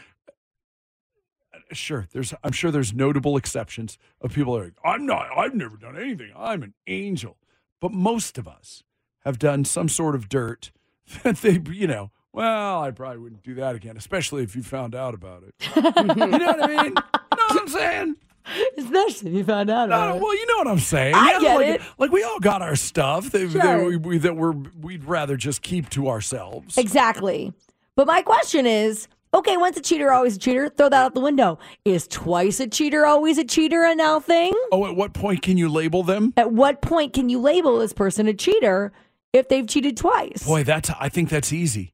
S2: Sure, there's. I'm sure there's notable exceptions of people that are. like, I'm not. I've never done anything. I'm an angel. But most of us have done some sort of dirt that they, you know. Well, I probably wouldn't do that again, especially if you found out about it. you
S5: Mm-hmm.
S2: know what I mean? You know what I'm saying?
S5: Especially if you found out
S2: No, well, you know what I'm saying.
S5: I get
S2: like,
S5: it.
S2: like we all got our stuff that, that
S5: Sure.
S2: we, we, that we're, we'd rather just keep to ourselves.
S5: Exactly. But my question is okay, once a cheater, always a cheater. Throw that out the window. Is twice a cheater, always a cheater a now thing?
S2: Oh, at what point can you label them?
S5: At what point can you label this person a cheater if they've cheated twice?
S2: Boy, that's I think that's easy.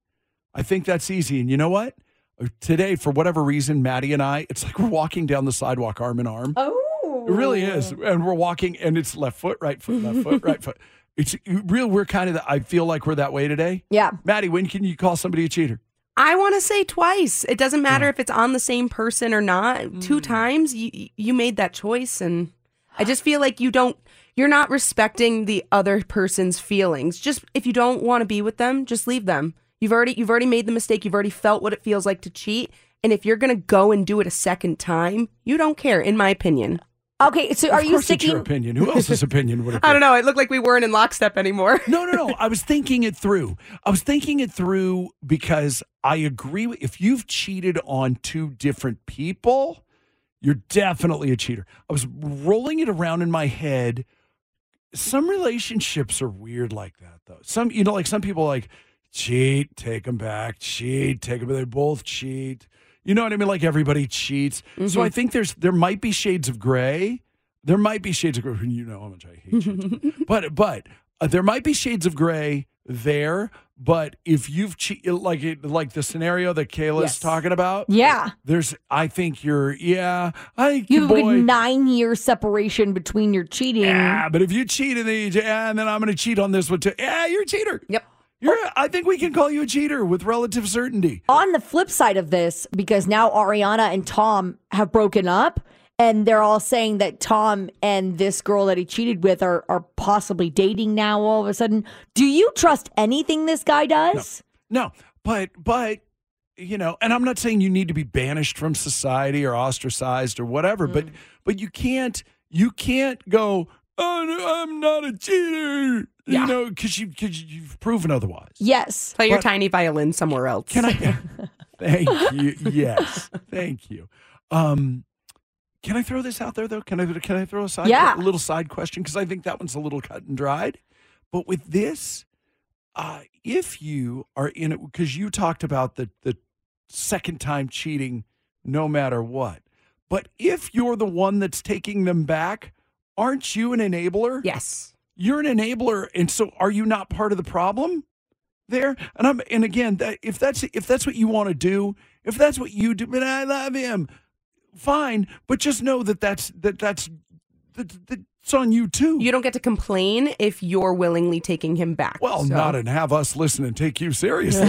S2: I think that's easy. And you know what? Uh, Today, for whatever reason, Maddie and I, it's like we're walking down the sidewalk arm in arm.
S5: Oh.
S2: It really is. And we're walking, and it's left foot, right foot, left foot, right foot. It's real. We're kind of. The, I feel like we're that way today.
S5: Yeah.
S2: Maddie, when can you call somebody a cheater?
S6: I want to say twice. It doesn't matter if it's on the same person or not.
S5: Mm.
S6: Two times you you made that choice and I just feel like you don't you're not respecting the other person's feelings. Just if you don't want to be with them, just leave them. You've already you've already made the mistake. You've already felt what it feels like to cheat. And if you're going to go and do it a second time, you don't care in my opinion.
S5: Okay, so are
S2: of
S5: you
S2: course it's your
S5: sticking?
S2: opinion? Who else's opinion would it be?
S6: I don't know. It looked like we weren't in lockstep anymore.
S2: No, no, no. I was thinking it through. I was thinking it through because I agree. With, if you've cheated on two different people, you're definitely a cheater. I was rolling it around in my head. Some relationships are weird like that, though. Some, you know, like some people like cheat, take them back, cheat, take them. They both cheat. You know what I mean? Like everybody cheats. So I think there's there might be shades of gray there might be shades of gray. You know how much I hate you, but but uh, there might be shades of gray there. But if you've che- like it- like the scenario that Kayla's
S5: Yes.
S2: talking about,
S5: Yeah.
S2: there's I think you're yeah I think
S5: You have a
S2: boy,
S5: good nine year separation between your cheating.
S2: yeah, but if you cheat and then you, yeah, and then I'm gonna cheat on this one too. Yeah, you're a cheater.
S6: Yep.
S2: You're. a- I think we can call you a cheater with relative certainty.
S5: On the flip side of this, because now Ariana and Tom have broken up, and they're all saying that Tom and this girl that he cheated with are, are possibly dating now all of a sudden. Do you trust anything this guy does?
S2: No, but but you know, and I'm not saying you need to be banished from society or ostracized or whatever, but but you can't you can't go. Oh, no, I'm not a cheater.
S6: Yeah.
S2: You know, because you because you've proven otherwise.
S5: Yes.
S6: Play your
S2: But-
S6: tiny violin somewhere else.
S2: Can I? thank you. Yes, thank you. Um, can I throw this out there though? Can I can I throw a side
S5: Yeah.
S2: a little side question because I think that one's a little cut and dried. But with this, uh, if you are in it, because you talked about the the second time cheating, no matter what. But if you're the one that's taking them back, aren't you an enabler?
S6: Yes.
S2: You're an enabler, and so are you not part of the problem? there and i'm and again that if that's if that's what you want to do if that's what you do but i love him fine but just know that that's that that's that, that it's on you too
S6: You don't get to complain if you're willingly taking him back.
S2: well
S6: so-
S2: not and have us listen and take you seriously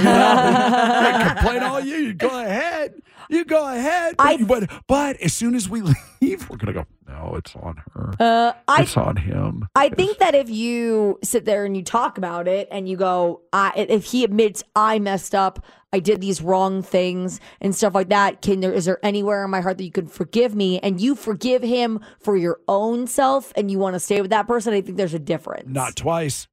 S2: Yeah, complain all you you go ahead you go ahead but,
S5: I-
S2: but but as soon as we leave we're gonna go no it's on her
S5: Uh, I
S2: it's on him
S5: I think that if you sit there and you talk about it and you go, I, if he admits I messed up, I did these wrong things and stuff like that, can there is there anywhere in my heart that you can forgive me and you forgive him for your own self and you want to stay with that person? I think there's a difference.
S2: Not twice.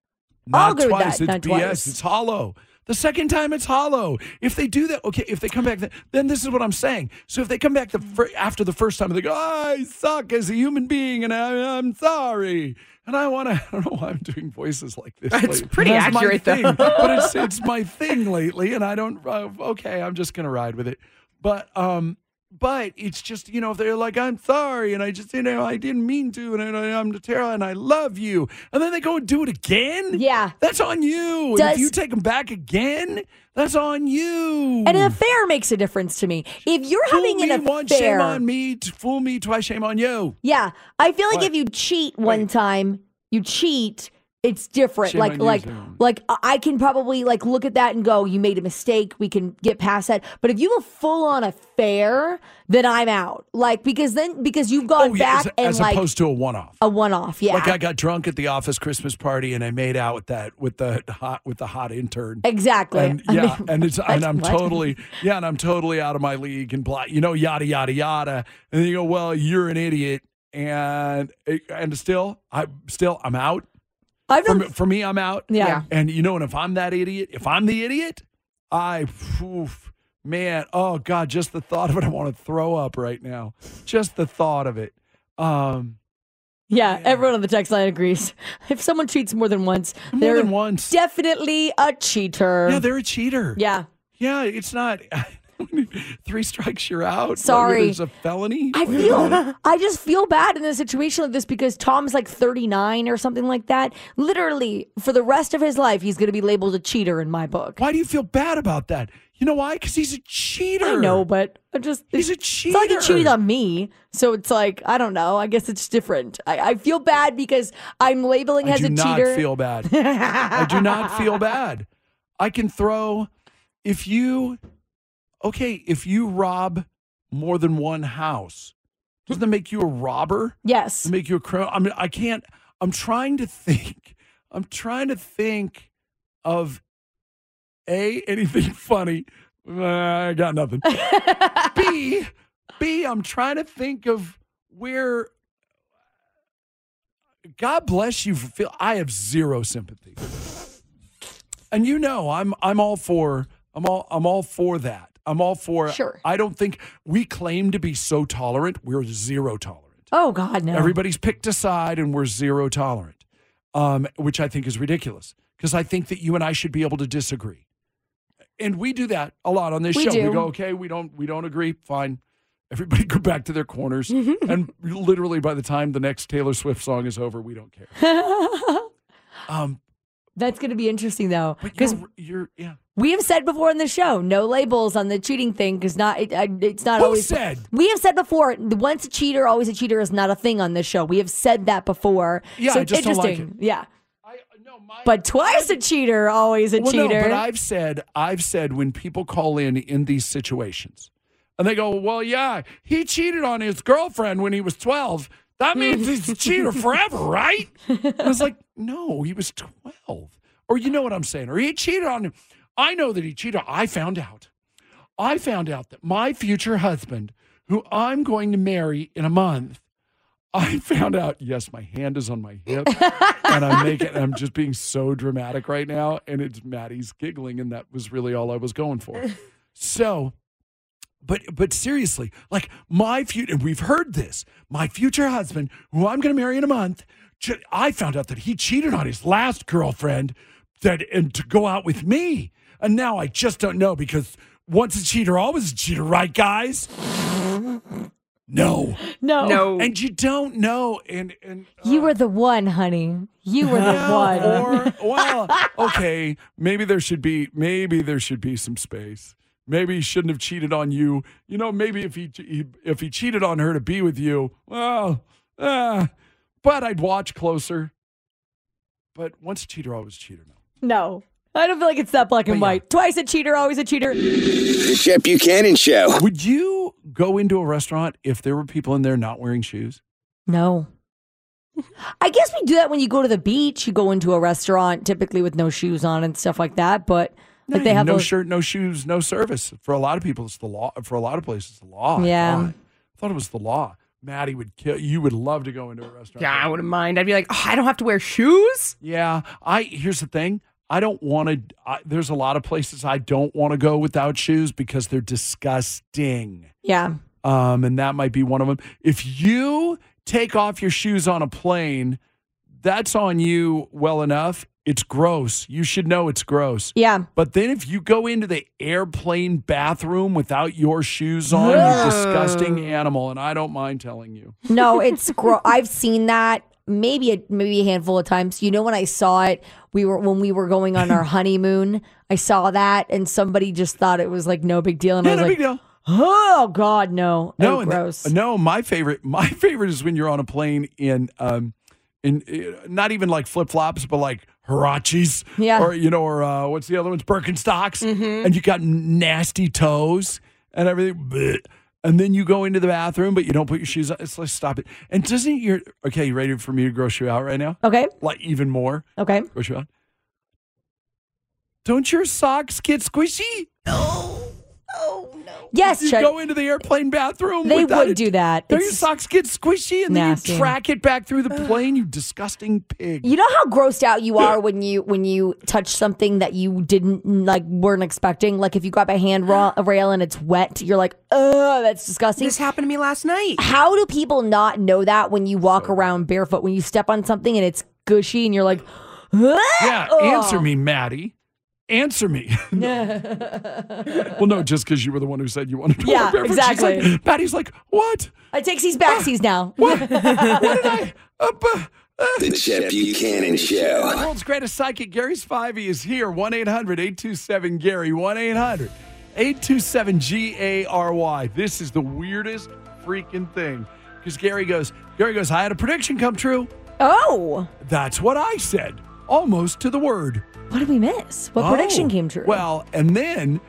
S2: Not
S5: I'll agree with
S2: twice.
S5: that. Not
S2: It's BS.
S5: twice.
S2: It's hollow. The second time it's hollow. If they do that, okay. If they come back, th- then this is what I'm saying. So if they come back the
S5: Mm.
S2: fir- after the first time, they go, "I suck as a human being, and I, I'm sorry." And I want to. I don't know why I'm doing voices like this.
S6: It's
S2: lately.
S6: pretty
S2: That's my
S6: accurate, though.
S2: thing. but it's it's my thing lately, and I don't. Uh, okay, I'm just gonna ride with it. But um, but it's just you know if they're like I'm sorry and I just you know I didn't mean to and I, I'm terrible and I love you and then they go and do it again.
S5: Yeah.
S2: that's on you. And
S5: Does-
S2: if you take them back again, that's on you.
S5: An affair makes a difference to me. If you're
S2: fool
S5: having
S2: me
S5: an
S2: once, shame
S5: affair,
S2: on me. T- Fool me twice, shame on you.
S5: yeah, I feel like
S2: What?
S5: if you cheat one time, you cheat. It's different.
S2: Shame
S5: like
S2: on you,
S5: like
S2: Sam.
S5: like I- I can probably like look at that and go, you made a mistake. We can get past that. But if you have a full on affair, then I'm out. Like because then because you've gone back
S2: Oh, as,
S5: and
S2: as
S5: like
S2: opposed to a one-off.
S5: a one off. Yeah,
S2: Like I got drunk at the office Christmas party and I made out with that with the hot with the hot intern.
S5: exactly.
S2: And
S5: I
S2: yeah,
S5: mean,
S2: and it's and
S5: what-
S2: I'm
S5: what?
S2: totally yeah, and I'm totally out of my league and blah, you know, yada yada yada. And then you go, well, you're an idiot, and and still, I still I'm out.
S5: I've
S2: For,
S5: done
S2: me- for me, I'm out.
S5: Yeah.
S6: Yeah.
S2: And you know, and if I'm that idiot, if I'm the idiot, I, oof, man, oh god, just the thought of it, I want to throw up right now. Just the thought of it. Um,
S5: yeah, Everyone on the text line agrees. If someone cheats more than once,
S2: more
S5: they're
S2: than once.
S5: definitely a cheater.
S2: yeah, they're a cheater.
S5: yeah.
S2: Yeah, it's not. Three strikes, you're out.
S5: Sorry.
S2: It's a felony.
S5: I feel I just feel bad in a situation like this because Tom's like 39 or something like that. Literally, for the rest of his life, he's going to be labeled a cheater in my book.
S2: Why do you feel bad about that? You know why? Because he's a cheater.
S5: I know, but I just
S2: He's a
S5: It's not like he cheated
S2: cheater.
S5: on me, so it's like I don't know. I guess it's different. I, I feel bad because I'm labeling
S2: I
S5: as
S2: do
S5: a
S2: not
S5: cheater.
S2: feel bad. I do not feel bad. I can throw if you okay, if you rob more than one house, doesn't that make you a robber?
S5: yes,
S2: Does it make you a criminal? I mean, I can't I'm trying to think. I'm trying to think of A, anything funny. Uh, I got nothing. B, B, I'm trying to think of where God bless you for feel I have zero sympathy. And you know, I'm I'm all for I'm all I'm all for that. I'm all for
S5: Sure.
S2: I don't think we claim to be so tolerant. We're zero tolerant.
S5: Oh God, no.
S2: Everybody's picked a side and we're zero tolerant. Um, which I think is ridiculous. Because I think that you and I should be able to disagree. And we do that a lot on this
S5: We
S2: show.
S5: do.
S2: We go, okay, we don't we don't agree, fine. Everybody go back to their corners. Mm-hmm. And literally, by the time the next Taylor Swift song is over, we don't care.
S5: um, That's going to be interesting, though.
S2: Because you're, you're, yeah.
S5: We have said before in the show, no labels on the cheating thing because not it, it's not
S2: Who
S5: always.
S2: said?
S5: We have said before, once a cheater, always a cheater is not a thing on this show. We have said that before.
S2: Yeah,
S5: so
S2: I
S5: it's
S2: just don't like
S5: interesting.
S2: it.
S5: Yeah. but twice a cheater, always a
S2: well,
S5: cheater.
S2: no, but I've said, I've said when people call in in these situations, and they go, "Well, yeah, he cheated on his girlfriend when he was 12. That means he's a cheater forever, right?" And I was like, "No, he was 12." Or you know what I'm saying? Or he cheated on him. I know that he cheated. I found out. I found out that my future husband, who I'm going to marry in a month, I found out, yes, my hand is on my hip and I'm making, I'm just being so dramatic right now. And it's Maddie's giggling. And that was really all I was going for. So, but, but seriously, like my future, we've heard this, my future husband, who I'm going to marry in a month, ch- I found out that he cheated on his last girlfriend that, and to go out with me. And now I just don't know because once a cheater, always a cheater, right, guys? No.
S5: No.
S6: No.
S2: And you don't know. And and uh,
S5: you were the one, honey. You were the one.
S2: or well, okay, maybe there should be maybe there should be some space. Maybe he shouldn't have cheated on you. You know, maybe if he, he if he cheated on her to be with you, well, uh, but I'd watch closer. But once a cheater, always a cheater. No.
S5: no. I don't feel like it's that black and
S2: But yeah.
S5: white. Twice a cheater, always a cheater.
S1: The Chet Buchanan Show.
S2: Would you go into a restaurant if there were people in there not wearing shoes?
S5: No. I guess we do that when you go to the beach. You go into a restaurant, typically with no shoes on and stuff like that. But
S2: No,
S5: like they have
S2: no
S5: those-
S2: shirt, no shoes, no service. For a lot of people, it's the law. For a lot of places, it's the law. I
S5: Yeah.
S2: thought. I thought it was the law. Maddie would kill. You would love to go into a restaurant.
S6: Yeah, I wouldn't mind. I'd be like, oh, I don't have to wear shoes.
S2: Yeah. I here's the thing. I don't want to. I, there's a lot of places I don't want to go without shoes because they're disgusting.
S5: Yeah.
S2: Um, and that might be one of them. If you take off your shoes on a plane, that's on you. Well enough. It's gross. You should know it's gross.
S5: Yeah.
S2: But then if you go into the airplane bathroom without your shoes on, you disgusting animal. And I don't mind telling you.
S5: No, it's gross. I've seen that maybe a, maybe a handful of times. You know, when I saw it, we were when we were going on our honeymoon. I saw that, and somebody just thought it was like no big deal, and I
S2: Yeah,
S5: was
S2: no
S5: like,
S2: big deal.
S5: oh god, no,
S2: No,
S5: Oh,
S2: and th-
S5: gross.
S2: no, my favorite, my favorite is when you're on a plane in, um, in, uh, not even like flip flops, but like Hirachis,
S5: Yeah. Mm-hmm.
S2: or you know, or uh, what's the other ones, Birkenstocks, and you got nasty toes and everything. Blech. And then you go into the bathroom, but you don't put your shoes on. It's like stop it. And doesn't your okay? You ready for me to gross you out right now?
S5: okay,
S2: Like even more.
S5: okay.
S2: Gross you out. Don't your socks get squishy?
S5: Yes,
S2: you
S5: Chet,
S2: go into the airplane bathroom.
S5: they
S2: without
S5: would
S2: it.
S5: do that.
S2: Don't your
S5: It's-
S2: socks get squishy and then
S5: Nasty.
S2: you track it back through the plane, you disgusting pig.
S5: You know how grossed out you are when you when you touch something that you didn't like weren't expecting. Like if you grab a hand ra- rail and it's wet, you're like, "Oh, that's disgusting."
S6: This happened to me last night.
S5: how do people not know that when you walk around barefoot, when you step on something and it's gushy and you're like, "Ah!"
S2: yeah,
S5: Ugh.
S2: answer me, Maddie. Answer me. well, no, just because you were the one who said you wanted to
S5: Yeah,
S2: wear barefoot. She's like-
S5: exactly.
S2: Maddie's like, what?
S5: I takes these backsies now.
S2: What? what did I? Uh, bu- uh.
S1: The Chet Buchanan Show.
S2: World's greatest psychic, Gary Spivey, is here. 1 800 827 Gary. 1 800 827 G A R Y. This is the weirdest freaking thing. Because Gary goes, Gary goes, I had a prediction come true.
S5: Oh,
S2: That's what I said, almost to the word.
S5: what did we miss? What prediction
S2: Oh.
S5: came true?
S2: Well, and then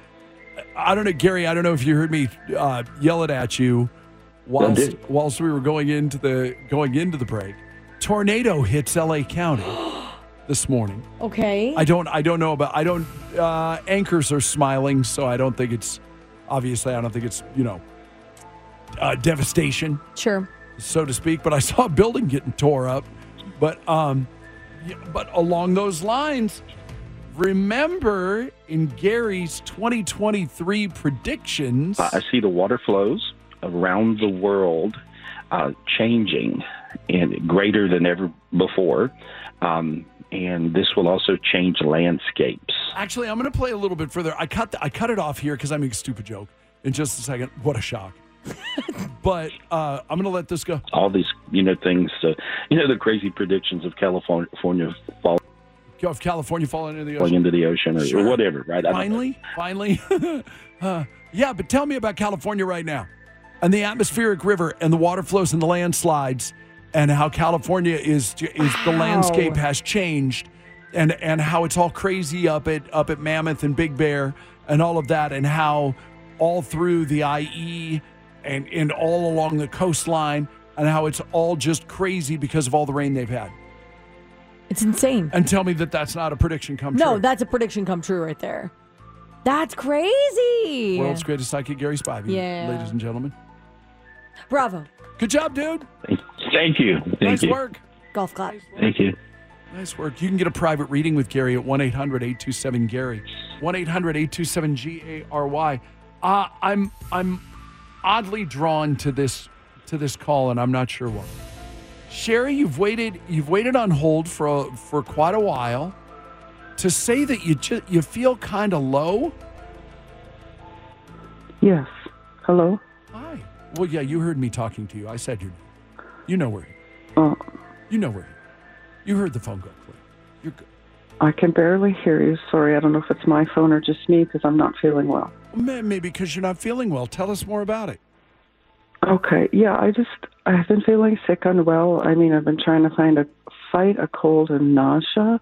S2: I don't know, Gary. I don't know if you heard me uh, yell it at you whilst whilst we were going into the going into the break. Tornado hits L.A. County this morning.
S5: okay.
S2: I don't. I don't know about. I don't. Uh, anchors are smiling, so I don't think it's. Obviously, I don't think it's you know uh, devastation
S5: sure.
S2: so to speak. But I saw a building getting tore up. But um, yeah, but along those lines, remember in Gary's 2023 predictions.
S12: Uh, I see the water flows around the world uh, changing and greater than ever before. Um, and this will also change landscapes.
S2: Actually, I'm going to play a little bit further. I cut the, I cut it off here because I make a stupid joke in just a second. What a shock! but uh, I'm going to let this go.
S12: All these, you know, things. Uh, you know, the crazy predictions of California falling.
S2: Of California falling into the
S12: ocean, into the ocean or, sure. or whatever, right?
S2: Finally, finally, uh, yeah. But tell me about California right now, and the atmospheric river, and the water flows, and the landslides, and how California is is wow. the landscape has changed, and and how it's all crazy up at up at Mammoth and Big Bear, and all of that, and how all through the IE and, and all along the coastline and how it's all just crazy because of all the rain they've had.
S5: It's insane.
S2: And tell me that that's not a prediction come
S5: no,
S2: true.
S5: No, that's a prediction come true right there. That's crazy.
S2: World's greatest psychic, Gary Spivey, yeah. ladies and gentlemen.
S5: Bravo.
S2: Good job, dude.
S12: Thank you. Thank
S2: nice
S12: you.
S2: work.
S5: Golf clap. Nice
S12: work. Thank you.
S2: Nice work. You can get a private reading with Gary at 1 800 827 Gary. 1 800 827 G A R Y. Uh, I'm, I'm oddly drawn to this to this call and I'm not sure why. Sherry, you've waited you've waited on hold for a, for quite a while to say that you ju- you feel kind of low.
S13: Yes. Hello.
S2: Hi. Well, yeah, you heard me talking to you. I said your name. You know where.
S13: Uh,
S2: you know where. You heard the phone go. Clear. You're good.
S13: I can barely hear you. Sorry, I don't know if it's my phone or just me because I'm not feeling well.
S2: Maybe because you're not feeling well. Tell us more about it.
S13: Okay. Yeah, I just I've been feeling sick, unwell. I mean, I've been trying to find a fight a cold and nausea,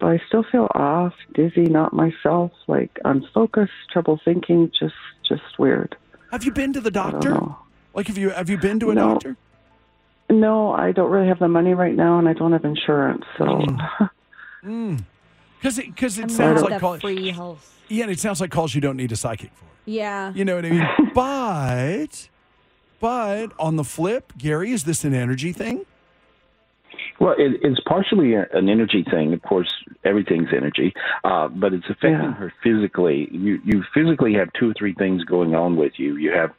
S13: but I still feel off, dizzy, not myself, like unfocused, trouble thinking, just just weird.
S2: Have you been to the doctor? Like, have you have you been to a no, doctor?
S13: No, I don't really have the money right now, and I don't have insurance, so.
S2: Hmm.
S13: Mm.
S2: mm. Because it, cause it I'm sounds like
S5: calls, free health.
S2: Yeah, and it sounds like calls you don't need a psychic for.
S5: Yeah.
S2: You know what I mean? but, but on the flip, Gary, is this an energy thing?
S12: Well, it, it's partially an energy thing. Of course, everything's energy, uh, but it's affecting yeah. her physically. You you physically have two or three things going on with you. You have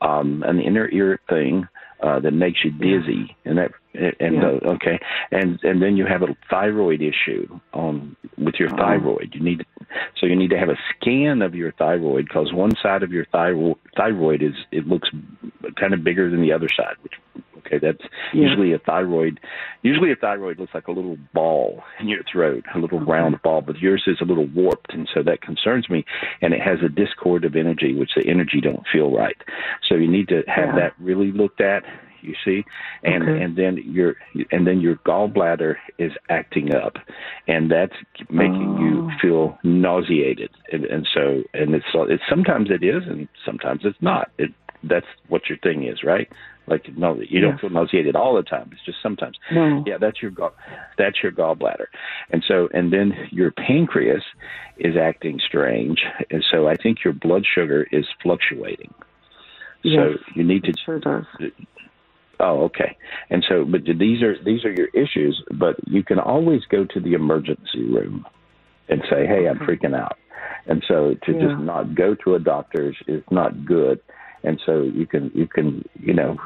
S12: um, an inner ear thing uh, that makes you dizzy, and that and yeah. uh, okay and and then you have a thyroid issue on with your oh. thyroid you need so you need to have a scan of your thyroid because one side of your thyroid thyroid is it looks kind of bigger than the other side which okay that's yeah. usually a thyroid usually a thyroid looks like a little ball in your throat a little okay. round ball but yours is a little warped and so that concerns me and it has a discord of energy which the energy don't feel right so you need to have yeah. that really looked at you see and okay. and then your and then your gallbladder is acting up and that's making oh. you feel nauseated and, and so and it's, it's sometimes it is and sometimes it's not it that's what your thing is right like no you don't yeah. feel nauseated all the time it's just sometimes
S13: no.
S12: yeah that's your gall that's your gallbladder and so and then your pancreas is acting strange and so i think your blood sugar is fluctuating
S13: yes,
S12: so you need to
S13: sure does.
S12: Oh, okay. And so, but these are these are your issues. But you can always go to the emergency room and say, "Hey, I'm freaking out." And so, to yeah. just not go to a doctor is, is not good. And so, you can you can you know,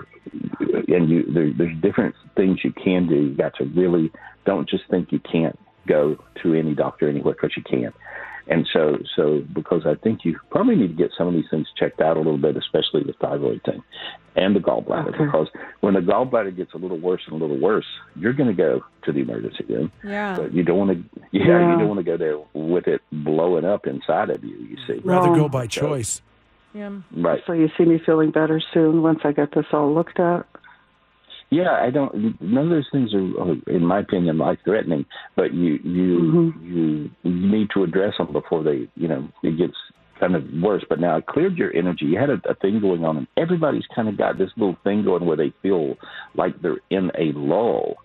S12: and you there, there's different things you can do. You got to really don't just think you can't go to any doctor anywhere because you can't. And so, so because I think you probably need to get some of these things checked out a little bit, especially the thyroid thing and the gallbladder, okay. because when the gallbladder gets a little worse and a little worse, you're going to go to the emergency room.
S5: Yeah.
S12: But you don't want to. Yeah, yeah, You don't want to go there with it blowing up inside of you. You see.
S2: Rather go by so, choice.
S5: Yeah.
S12: Right.
S13: So you see me feeling better soon once I get this all looked at.
S12: Yeah, I don't. None of those things are, in my opinion, life-threatening. But you you mm-hmm. you need to address them before they you know it gets kind of worse. But now it cleared your energy. You had a, a thing going on, and everybody's kind of got this little thing going where they feel like they're in a lull.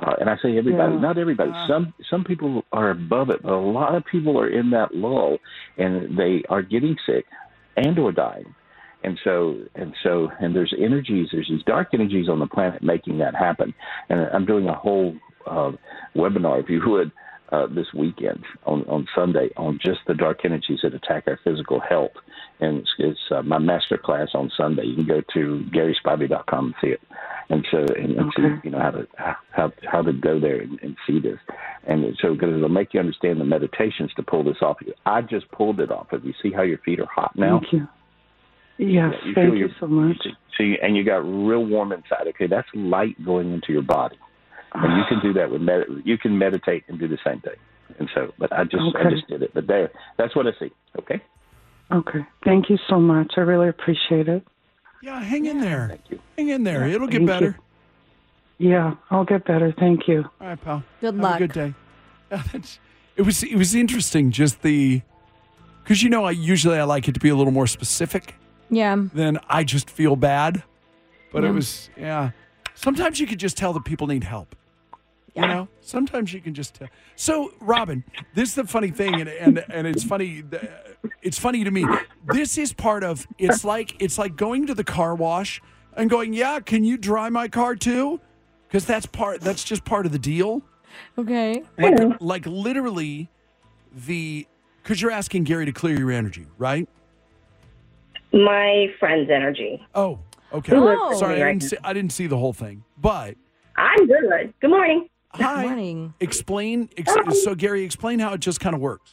S12: Uh, and I say everybody, yeah. not everybody. Yeah. Some some people are above it, but a lot of people are in that lull, and they are getting sick and or dying and so and so and there's energies there's these dark energies on the planet making that happen and i'm doing a whole uh, webinar if you would uh, this weekend on, on Sunday on just the dark energies that attack our physical health. And it's, it's uh, my master class on Sunday. You can go to garyspivey.com and see it. And so, and, and okay. see, you know, how to, how, how to go there and, and see this. And so, because it'll make you understand the meditations to pull this off of you. I just pulled it off of you. See how your feet are hot now?
S13: Thank you. Yes,
S12: you
S13: thank
S12: feel
S13: you
S12: your-
S13: so much.
S12: So you, and you got real warm inside. Okay, that's light going into your body, and you can do that with med- you can meditate and do the same thing. And so, but I just I
S13: Okay.
S12: just did it. But there, that's what I see. Okay.
S13: Okay, thank you so much. I really appreciate it.
S2: Yeah, hang in there. Thank you. Hang in there. It'll get
S13: Thank
S2: better.
S13: you. Yeah, I'll get better. Thank you.
S2: All right, pal.
S5: Good
S2: Have
S5: luck.
S2: A good day. It was it was interesting just the because you know I usually I like it to be a little more specific
S5: Yeah.
S2: than I just feel bad, but
S5: Yeah.
S2: it was yeah. Sometimes you could just tell that people need help. You know, sometimes you can just tell. So, Robin, this is the funny thing, and and, and it's funny. th- It's funny to me. This is part of. It's like it's like going to the car wash and going, yeah, can you dry my car too? Because that's part. That's just part of the deal.
S5: Okay.
S2: Like, like literally, the because you're asking Gary to clear your energy, right?
S14: My friend's energy.
S2: Oh, Okay.
S14: Who lives with
S2: Sorry,
S14: me
S2: I
S14: right
S2: didn't, see, I didn't see the whole thing, but
S14: I'm good. Good morning. Oh.
S2: Hi. Explain. Ex- so, Gary, explain how it just kind of works.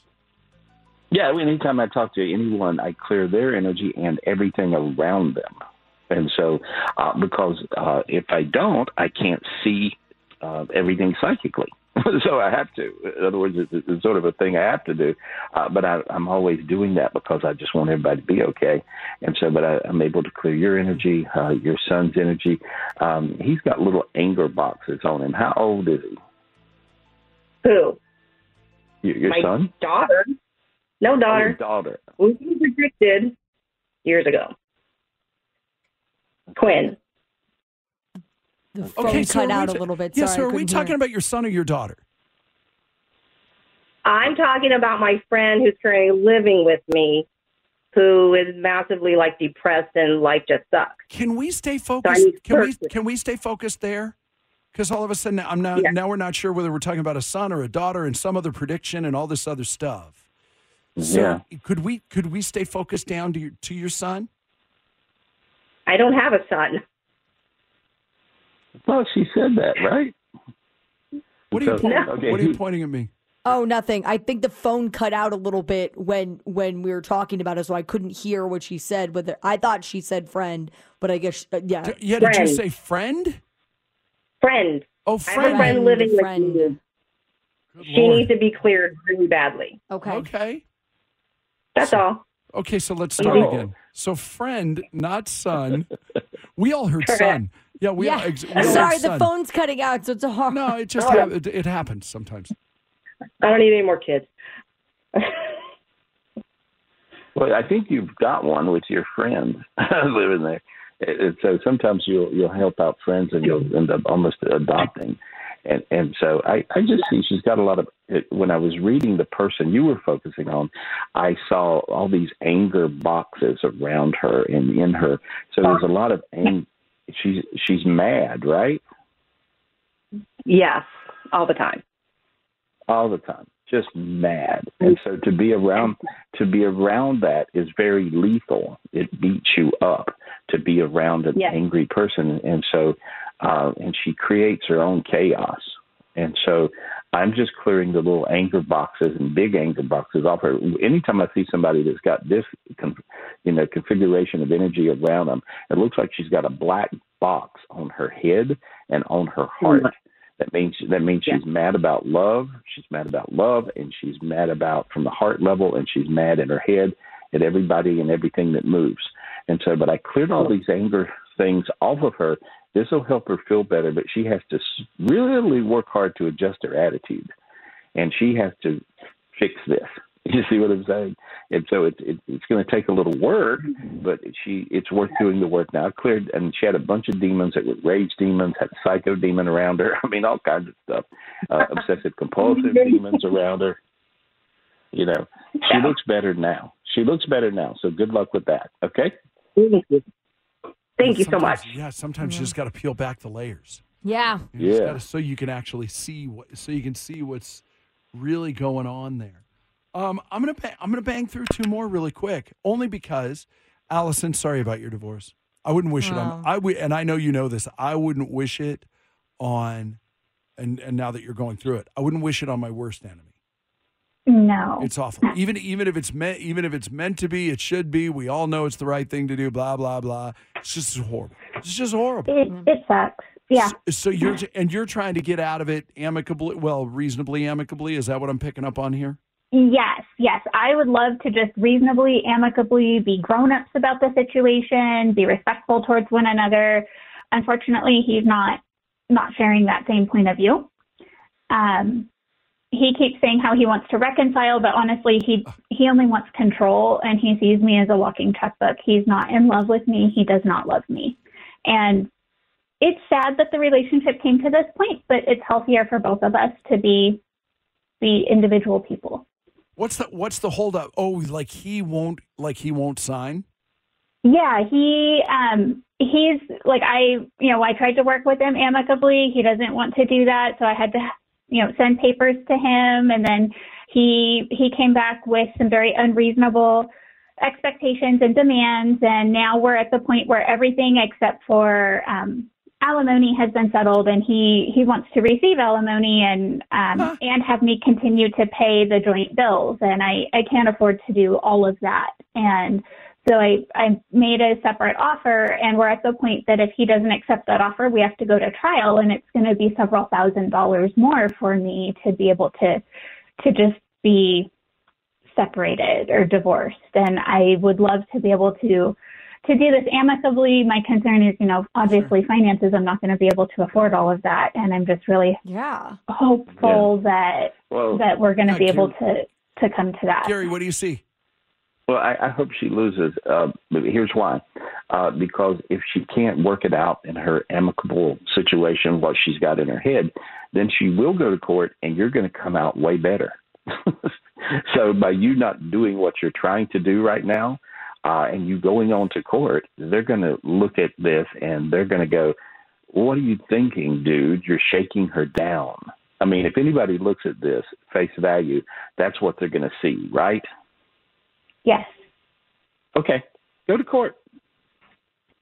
S12: Yeah, anytime I talk to anyone, I clear their energy and everything around them. And so, uh, because uh, if I don't, I can't see uh, everything psychically. so I have to. In other words, it's, it's sort of a thing I have to do. Uh, but I, I'm always doing that because I just want everybody to be okay. And so, but I, I'm able to clear your energy, uh, your son's energy. Um, he's got little anger boxes on him. How old is he?
S14: Who?
S12: Your, your
S14: My
S12: son?
S14: daughter. No
S12: Your
S14: daughter.
S12: daughter.
S14: We predicted years ago. Quinn.
S5: The
S14: phone
S2: are
S14: cut
S2: we
S14: out a
S2: ta-
S14: little bit.
S2: Yeah,
S14: Sorry,
S2: so
S14: I
S2: are we
S14: couldn't
S2: talking
S14: hear.
S2: about your son or your daughter?
S14: I'm talking about my friend who's currently living with me, who is massively like depressed and life just sucks.
S2: Can we stay
S14: So
S2: focused?
S14: I need
S2: Can we
S14: person.
S2: can we stay focused there? Because all of a sudden I'm now now we're not sure whether we're talking about a son or a daughter and some other prediction and all this other stuff. So could we could we stay focused down to your to your son?
S14: I don't have a son.
S12: Well, she said that, right?
S2: What are you
S12: So-
S2: pointing,
S12: okay,
S2: what are you
S12: he-
S2: pointing at me?
S5: Oh, nothing. I think the phone cut out a little bit when when we were talking about it, so I couldn't hear what she said. Whether I thought she said friend, but I guess uh, yeah.
S2: D- yeah, did you say friend?
S14: Friend.
S2: Oh,
S14: I have a friend living with me. she
S2: Lord.
S14: needs to be cleared really badly.
S5: Okay.
S2: Okay.
S14: That's all.
S2: Okay, so let's start
S14: Oh.
S2: again. So friend, not son. we all heard
S5: Correct.
S2: son. Yeah, we all,
S5: yeah.
S2: ex- we all heard
S5: Sorry, the
S2: son.
S5: phone's cutting out, so it's hard.
S2: No, it just hap- it, it happens sometimes.
S14: I don't need any more kids.
S12: Well, I think you've got one with your friend living there, and and so sometimes you'll you'll help out friends and you'll end up almost adopting, and and so I I just see she's got a lot of. When I was reading the person you were focusing on, I saw all these anger boxes around her and in her. So there's a lot of ang She's she's mad, right?
S14: Yes, all the time.
S12: all the time just mad and so to be around to be around that is very lethal it beats you up to be around an
S14: Yeah.
S12: angry person and so uh and she creates her own chaos and so i'm just clearing the little anger boxes and big anger boxes off her anytime i see somebody that's got this con- you know configuration of energy around them it looks like she's got a black box on her head and on her heart that means that means she's mad about love. She's mad about love, and she's mad about from the heart level, and she's mad in her head at everybody and everything that moves. And so, but I cleared all these anger things off of her. This will help her feel better, but she has to s- really work hard to adjust her attitude, and she has to fix this. You see what I'm saying? And so it, it, it's going to take a little work, but she it's worth doing the work now. I cleared, and she had a bunch of demons that were rage demons, had a psycho demon around her. I mean, all kinds of stuff, uh, obsessive compulsive demons around her. You know, she looks better now. She looks better now. So good luck with that. Okay.
S14: Thank you so
S2: Sometimes-
S14: much.
S2: Yeah, sometimes you just got to peel back the layers.
S5: Yeah.
S2: You just
S12: Yeah.
S2: gotta- so you can actually see what, so you can see what's really going on there. Um, I'm gonna bang, I'm gonna bang through two more really quick, only because Allison, sorry about your divorce. I wouldn't wish it
S6: Wow.
S2: on I would, and I know you know this. I wouldn't wish it on, and and now that you're going through it, I wouldn't wish it on my worst enemy.
S15: No.
S2: It's awful. Even even if it's meant even if it's meant to be, it should be. We all know it's the right thing to do. Blah blah blah. It's just horrible. It's just horrible.
S15: It, it sucks. Yeah.
S2: So, so you're and you're trying to get out of it amicably. Well, reasonably amicably. Is that what I'm picking up on here?
S15: Yes, yes. I would love to just reasonably, amicably be grown ups about the situation, be respectful towards one another. Unfortunately, he's not not sharing that same point of view. Um, he keeps saying how he wants to reconcile, but honestly, he he only wants control, and he sees me as a walking checkbook. He's not in love with me. He does not love me, and it's sad that the relationship came to this point. But it's healthier for both of us to be be individual people.
S2: What's the what's the holdup? Oh, like he won't like he won't sign.
S15: Yeah, he um he's like I you know I tried to work with him amicably. He doesn't want to do that, so I had to you know send papers to him, and then he he came back with some very unreasonable expectations and demands, and now we're at the point where everything except for um, alimony has been settled and he he wants to receive alimony and um huh. and have me continue to pay the joint bills and i i can't afford to do all of that and so i i made a separate offer and we're at the point that if he doesn't accept that offer we have to go to trial and it's going to be several thousand dollars more for me to be able to to just be separated or divorced and i would love to be able to to do this amicably. My concern is, you know, obviously sure. finances. I'm not going to be able to afford all of that, and I'm just really
S6: yeah
S15: hopeful yeah. that well, that we're going to be able to to come to that.
S2: Gary, what do you see?
S12: Well, I, I hope she loses. Uh, here's why: uh, because if she can't work it out in her amicable situation, what she's got in her head, then she will go to court, and you're going to come out way better. so by you not doing what you're trying to do right now, uh, and you going on to court, they're going to look at this and they're going to go, What are you thinking, dude? You're shaking her down. I mean, if anybody looks at this face value, that's what they're going to see, right?
S15: Yes.
S12: Okay. Go to court.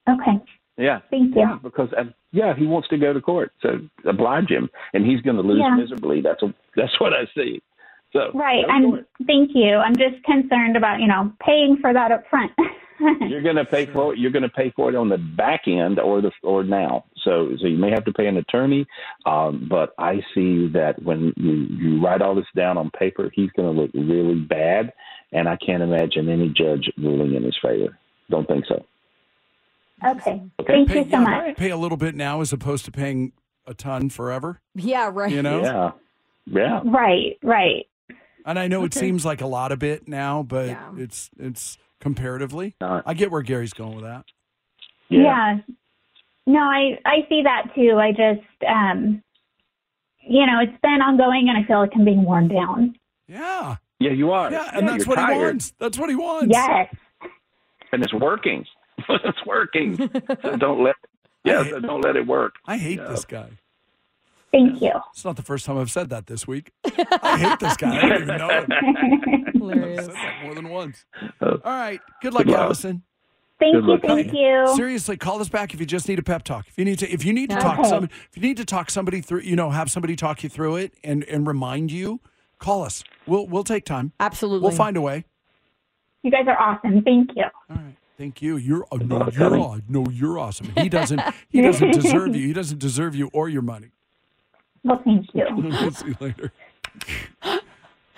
S15: Okay.
S12: Yeah.
S15: Thank you.
S12: Yeah, because uh, yeah, he wants to go to court, so oblige him, and he's going to lose yeah. miserably. That's a, that's what I see. So,
S15: right. I'm thank you. I'm just concerned about you know paying for that up front.
S12: you're going to pay for it. You're going to pay for it on the back end or the or now. So so you may have to pay an attorney, um, but I see that when you you write all this down on paper, he's going to look really bad, and I can't imagine any judge ruling in his favor. Don't think so.
S15: Okay. okay. Thank
S2: pay,
S15: you so much.
S2: Know, pay a little bit now as opposed to paying a ton forever.
S6: Yeah. Right.
S2: You know.
S12: Yeah. Yeah.
S15: Right. Right.
S2: And I know okay. it seems like a lot of bit now, but yeah. it's it's comparatively. Uh, I get where Gary's going with that.
S15: Yeah. yeah. No, I I see that too. I just um you know, it's been ongoing and I feel like I'm being worn down.
S2: Yeah.
S12: Yeah, you are.
S2: Ah. Yeah, and yeah, that's what tired. he wants. That's what he wants.
S15: Yes.
S12: And it's working. it's working. so don't let Yeah, so don't let it work.
S2: I hate this guy.
S15: Thank you.
S2: It's not the first time I've said that this week. I hate this guy. I don't even know him.
S6: Hilarious.
S2: more than once. All right. Good luck, Good Allison.
S15: Thank Good you. Luck. Thank you.
S2: Seriously, call us back if you just need a pep talk. If you need to, if you need to okay. talk somebody, if you need to talk somebody through, you know, have somebody talk you through it and and remind you, call us. We'll we'll take time.
S6: Absolutely.
S2: We'll find Mm. a way.
S15: You guys are awesome. Thank you.
S2: All right. Thank you. You're oh, no, you're oh, no, you're awesome. He doesn't he doesn't deserve you. He doesn't deserve you or your money.
S15: Well, thank you.
S2: we'll see you later.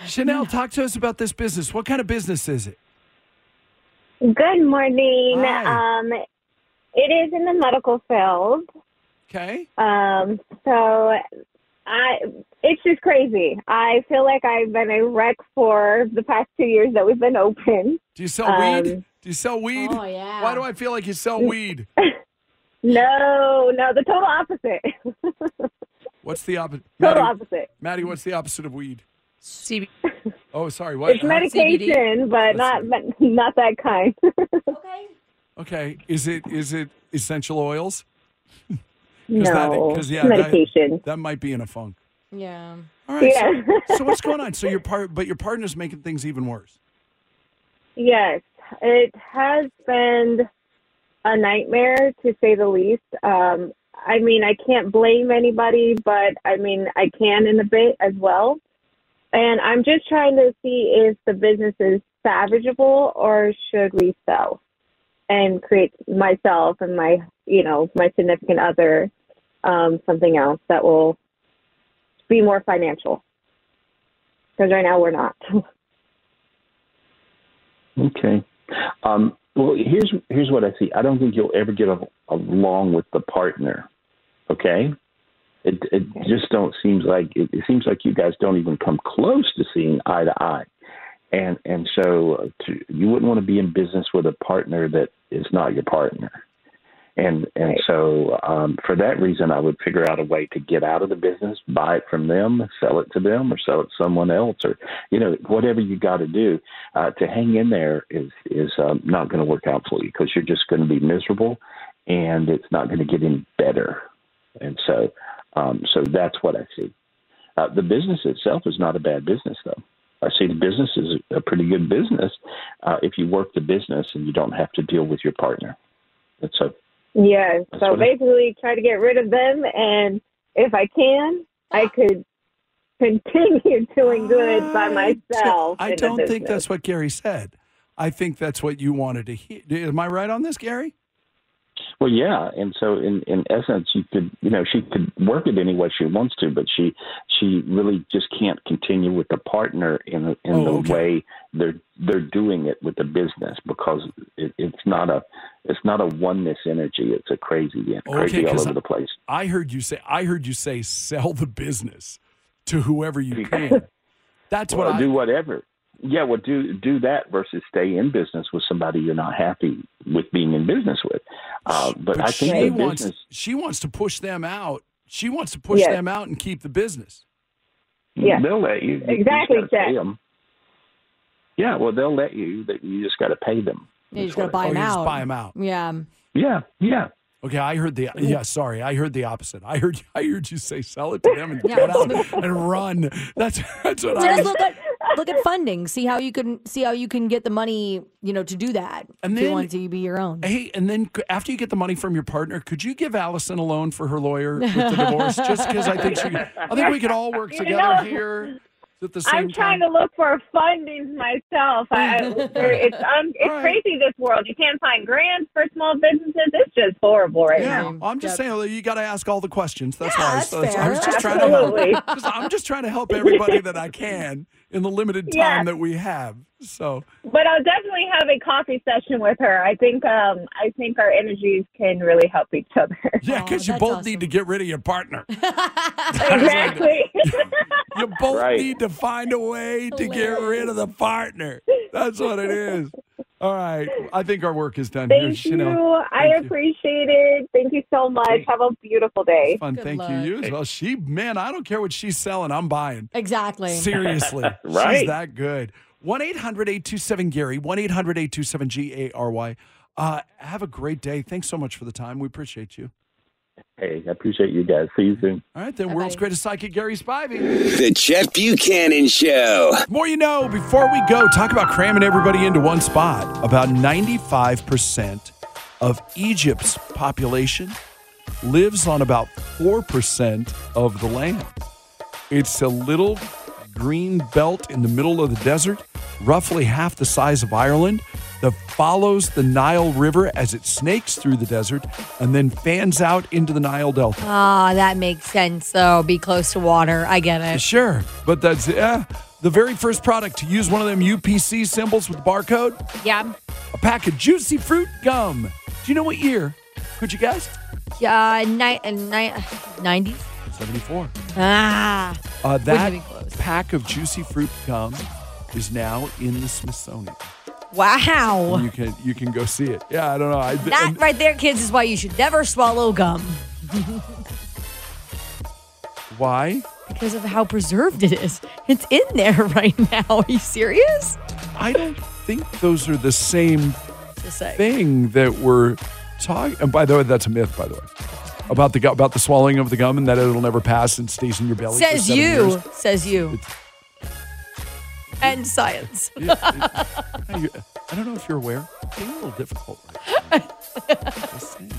S2: Chanel, talk to us about this business. What kind of business is it?
S14: Good morning. Hi. Um, it is in the medical field.
S2: Okay.
S14: Um, so I, it's just crazy. I feel like I've been a wreck for the past two years that we've been open.
S2: Do you sell um, weed? Do you sell weed?
S6: Oh yeah.
S2: Why do I feel like you sell weed?
S14: no, no, the total opposite.
S2: What's the opposite?
S14: Total Maddie, opposite.
S2: Maddie, what's the opposite of weed?
S16: CBD.
S2: Oh, sorry. What?
S14: It's medication, but That's not but not that kind.
S2: okay. Okay. Is it is it essential oils?
S14: no.
S2: Because
S14: yeah, medication.
S2: That, that, might be in a funk.
S6: Yeah.
S2: All right.
S14: Yeah.
S2: So, so what's going on? So your part, but your partner's making things even worse.
S14: Yes, it has been a nightmare to say the least. Um, I mean, I can't blame anybody, but I mean, I can in a bit as well. And I'm just trying to see if the business is salvageable or should we sell and create myself and my, you know, my significant other um, something else that will be more financial. Because right now we're not.
S12: okay. Um, well, here's here's what I see. I don't think you'll ever get a, along with the partner. Okay. It, it just don't seems like it, it seems like you guys don't even come close to seeing eye to eye, and and so uh, to, you wouldn't want to be in business with a partner that is not your partner, and and right. so um, for that reason I would figure out a way to get out of the business, buy it from them, sell it to them, or sell it to someone else, or you know whatever you got to do uh, to hang in there is is um, not going to work out for you because you're just going to be miserable, and it's not going to get any better, and so. Um, so that's what I see. Uh, the business itself is not a bad business, though. I see the business is a pretty good business uh, if you work the business and you don't have to deal with your partner. And so,
S14: yeah. So basically, I, try to get rid of them, and if I can, I could continue doing good by myself.
S2: I don't think that's what Gary said. I think that's what you wanted to hear. Am I right on this, Gary?
S12: Well, yeah, and so in in essence, you could you know she could work it any way she wants to, but she she really just can't continue with the partner in the, in oh, the okay. way they're they're doing it with the business because it, it's not a it's not a oneness energy. It's a crazy crazy okay, all over the place.
S2: I heard you say I heard you say sell the business to whoever you can. That's
S12: well,
S2: what I
S12: do. Whatever yeah, well, do do that versus stay in business with somebody you're not happy with being in business with. Uh, but, but, I think
S2: she
S12: business,
S2: wants she wants to push them out. She wants to push yes. them out and keep the business.
S14: Yeah,
S12: they'll let you. you
S14: exactly, Pay
S12: them. Yeah, well, they'll let you. That you just got to pay them.
S5: Yeah, you just got to buy them
S2: oh,
S5: out.
S2: buy them out.
S5: Yeah.
S12: Yeah. Yeah.
S2: Okay, I heard the yeah. Sorry, I heard the opposite. I heard I heard you say sell it to them and yeah. get out and run. That's that's what
S5: just
S2: I.
S5: Look at look at funding. See how you can see how you can get the money. You know to do that. And then, if you want to be your own.
S2: Hey, and then after you get the money from your partner, could you give Allison a loan for her lawyer with the divorce? just because I think she, I think we could all work together you know, here. At the same
S14: I'm trying
S2: time.
S14: to look for funding myself. I, it's um, it's right. crazy this world. You can't find grants for small businesses. It's just horrible right
S2: yeah.
S14: now.
S2: I'm just
S14: yep.
S2: saying you got to ask all the questions. That's
S5: yeah,
S2: why
S5: that's
S2: I,
S5: was,
S2: I was just trying Absolutely. to help. Just, I'm just trying to help everybody that I can in the limited time yeah. that we have. So,
S14: but I'll definitely have a coffee session with her. I think um, I think our energies can really help each other.
S2: Yeah, because oh, you both awesome. need to get rid of your partner.
S14: exactly.
S2: you both right. need to find a way to Hilarious. get rid of the partner. That's what it is. All right, I think our work is done.
S14: Thank Here's, you. Thank I you. appreciate it. Thank you so much. Have a beautiful day.
S2: Fun. Good Thank luck. you. You as well. She, man, I don't care what she's selling. I'm buying.
S5: Exactly.
S2: Seriously, right? She's that good. 1 800 827 Gary, 1 800 827 G A R Y. Uh, Have a great day. Thanks so much for the time. We appreciate you.
S12: Hey, I appreciate you guys. See you soon.
S2: All right, then, Bye-bye. world's greatest psychic, Gary Spivey.
S17: The Jeff Buchanan Show.
S2: The more you know, before we go, talk about cramming everybody into one spot. About 95% of Egypt's population lives on about 4% of the land. It's a little green belt in the middle of the desert, roughly half the size of Ireland, that follows the Nile River as it snakes through the desert and then fans out into the Nile Delta.
S5: Ah, oh, that makes sense, though. Be close to water. I get it.
S2: Sure. But that's, yeah. The very first product to use one of them UPC symbols with barcode?
S5: Yeah.
S2: A pack of juicy fruit gum. Do you know what year? Could you guess?
S5: Uh, ni- ni- 90s?
S2: 74.
S5: Ah.
S2: Uh, that pack of juicy fruit gum is now in the Smithsonian.
S5: Wow.
S2: And you can you can go see it. Yeah, I don't know. I,
S5: that and, right there, kids, is why you should never swallow gum.
S2: why?
S5: Because of how preserved it is. It's in there right now. Are you serious?
S2: I don't think those are the same thing that we're talking. And by the way, that's a myth. By the way about the about the swallowing of the gum and that it'll never pass and stays in your belly.
S5: Says you.
S2: Years.
S5: Says you. It's, and science. It, it,
S2: I don't know if you're aware. It's a little difficult. Right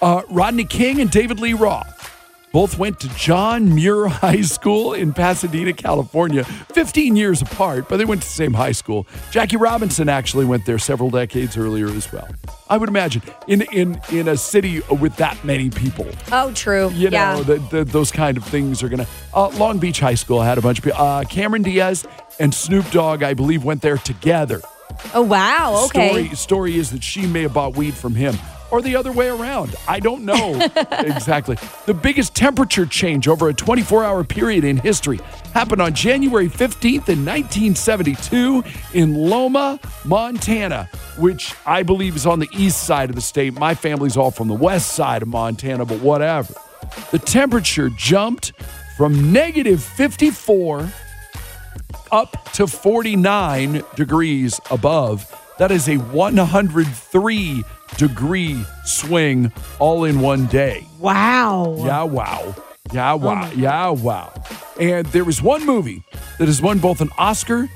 S2: uh, Rodney King and David Lee Roth Both went to John Muir High School in Pasadena, California, 15 years apart, but they went to the same high school. Jackie Robinson actually went there several decades earlier as well. I would imagine in in in a city with that many people.
S5: Oh, true.
S2: You
S5: yeah.
S2: know, the, the, those kind of things are gonna. Uh, Long Beach High School had a bunch of people. Uh, Cameron Diaz and Snoop Dogg, I believe, went there together.
S5: Oh wow! Okay.
S2: Story, story is that she may have bought weed from him or the other way around. I don't know exactly. The biggest temperature change over a 24 hour period in history happened on January 15th in 1972 in Loma, Montana, which I believe is on the east side of the state. My family's all from the west side of Montana, but whatever. The temperature jumped from negative 54 up to 49 degrees above. That is a 103 degree swing all in one day.
S5: Wow.
S2: Yeah, wow. Yeah, wow. Oh yeah, wow. And there was one movie that has won both an Oscar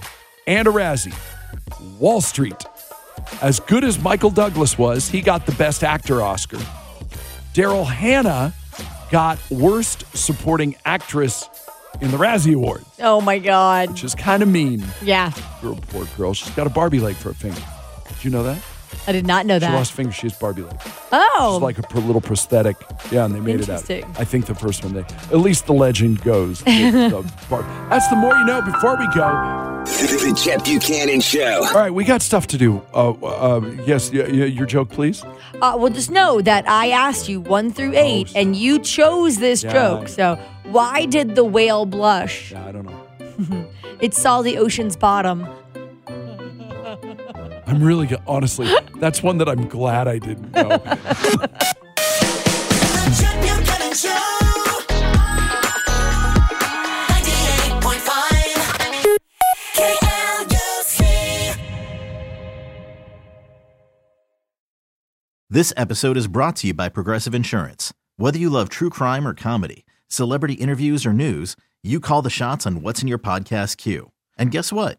S2: and a Razzie Wall Street. As good as Michael Douglas was, he got the Best Actor Oscar. Daryl Hannah got Worst Supporting Actress in the Razzie Awards.
S5: Oh my God.
S2: Which is kind of mean.
S5: Yeah.
S2: Girl, poor girl. She's got a Barbie leg for a finger. Did you know that?
S5: I did not know that.
S2: She lost a finger. She has Barbie leg.
S5: Oh.
S2: She's like a little prosthetic. Yeah, and they made it out. I think the first one they, at least the legend goes. the That's the more you know before we go.
S18: The Chet Buchanan Show.
S2: All right, we got stuff to do. Uh, uh, yes, y- y- your joke, please.
S5: Uh, well, just know that I asked you one through eight,
S2: Oh,
S5: and you chose this
S2: Yeah.
S5: joke. So, why did the whale blush?
S2: Yeah, I don't know.
S5: It saw the ocean's bottom.
S2: I'm really, g- honestly, that's one that I'm glad I didn't know.
S1: This episode is brought to you by Progressive Insurance. Whether you love true crime or comedy, celebrity interviews or news, you call the shots on what's in your podcast queue. And guess what?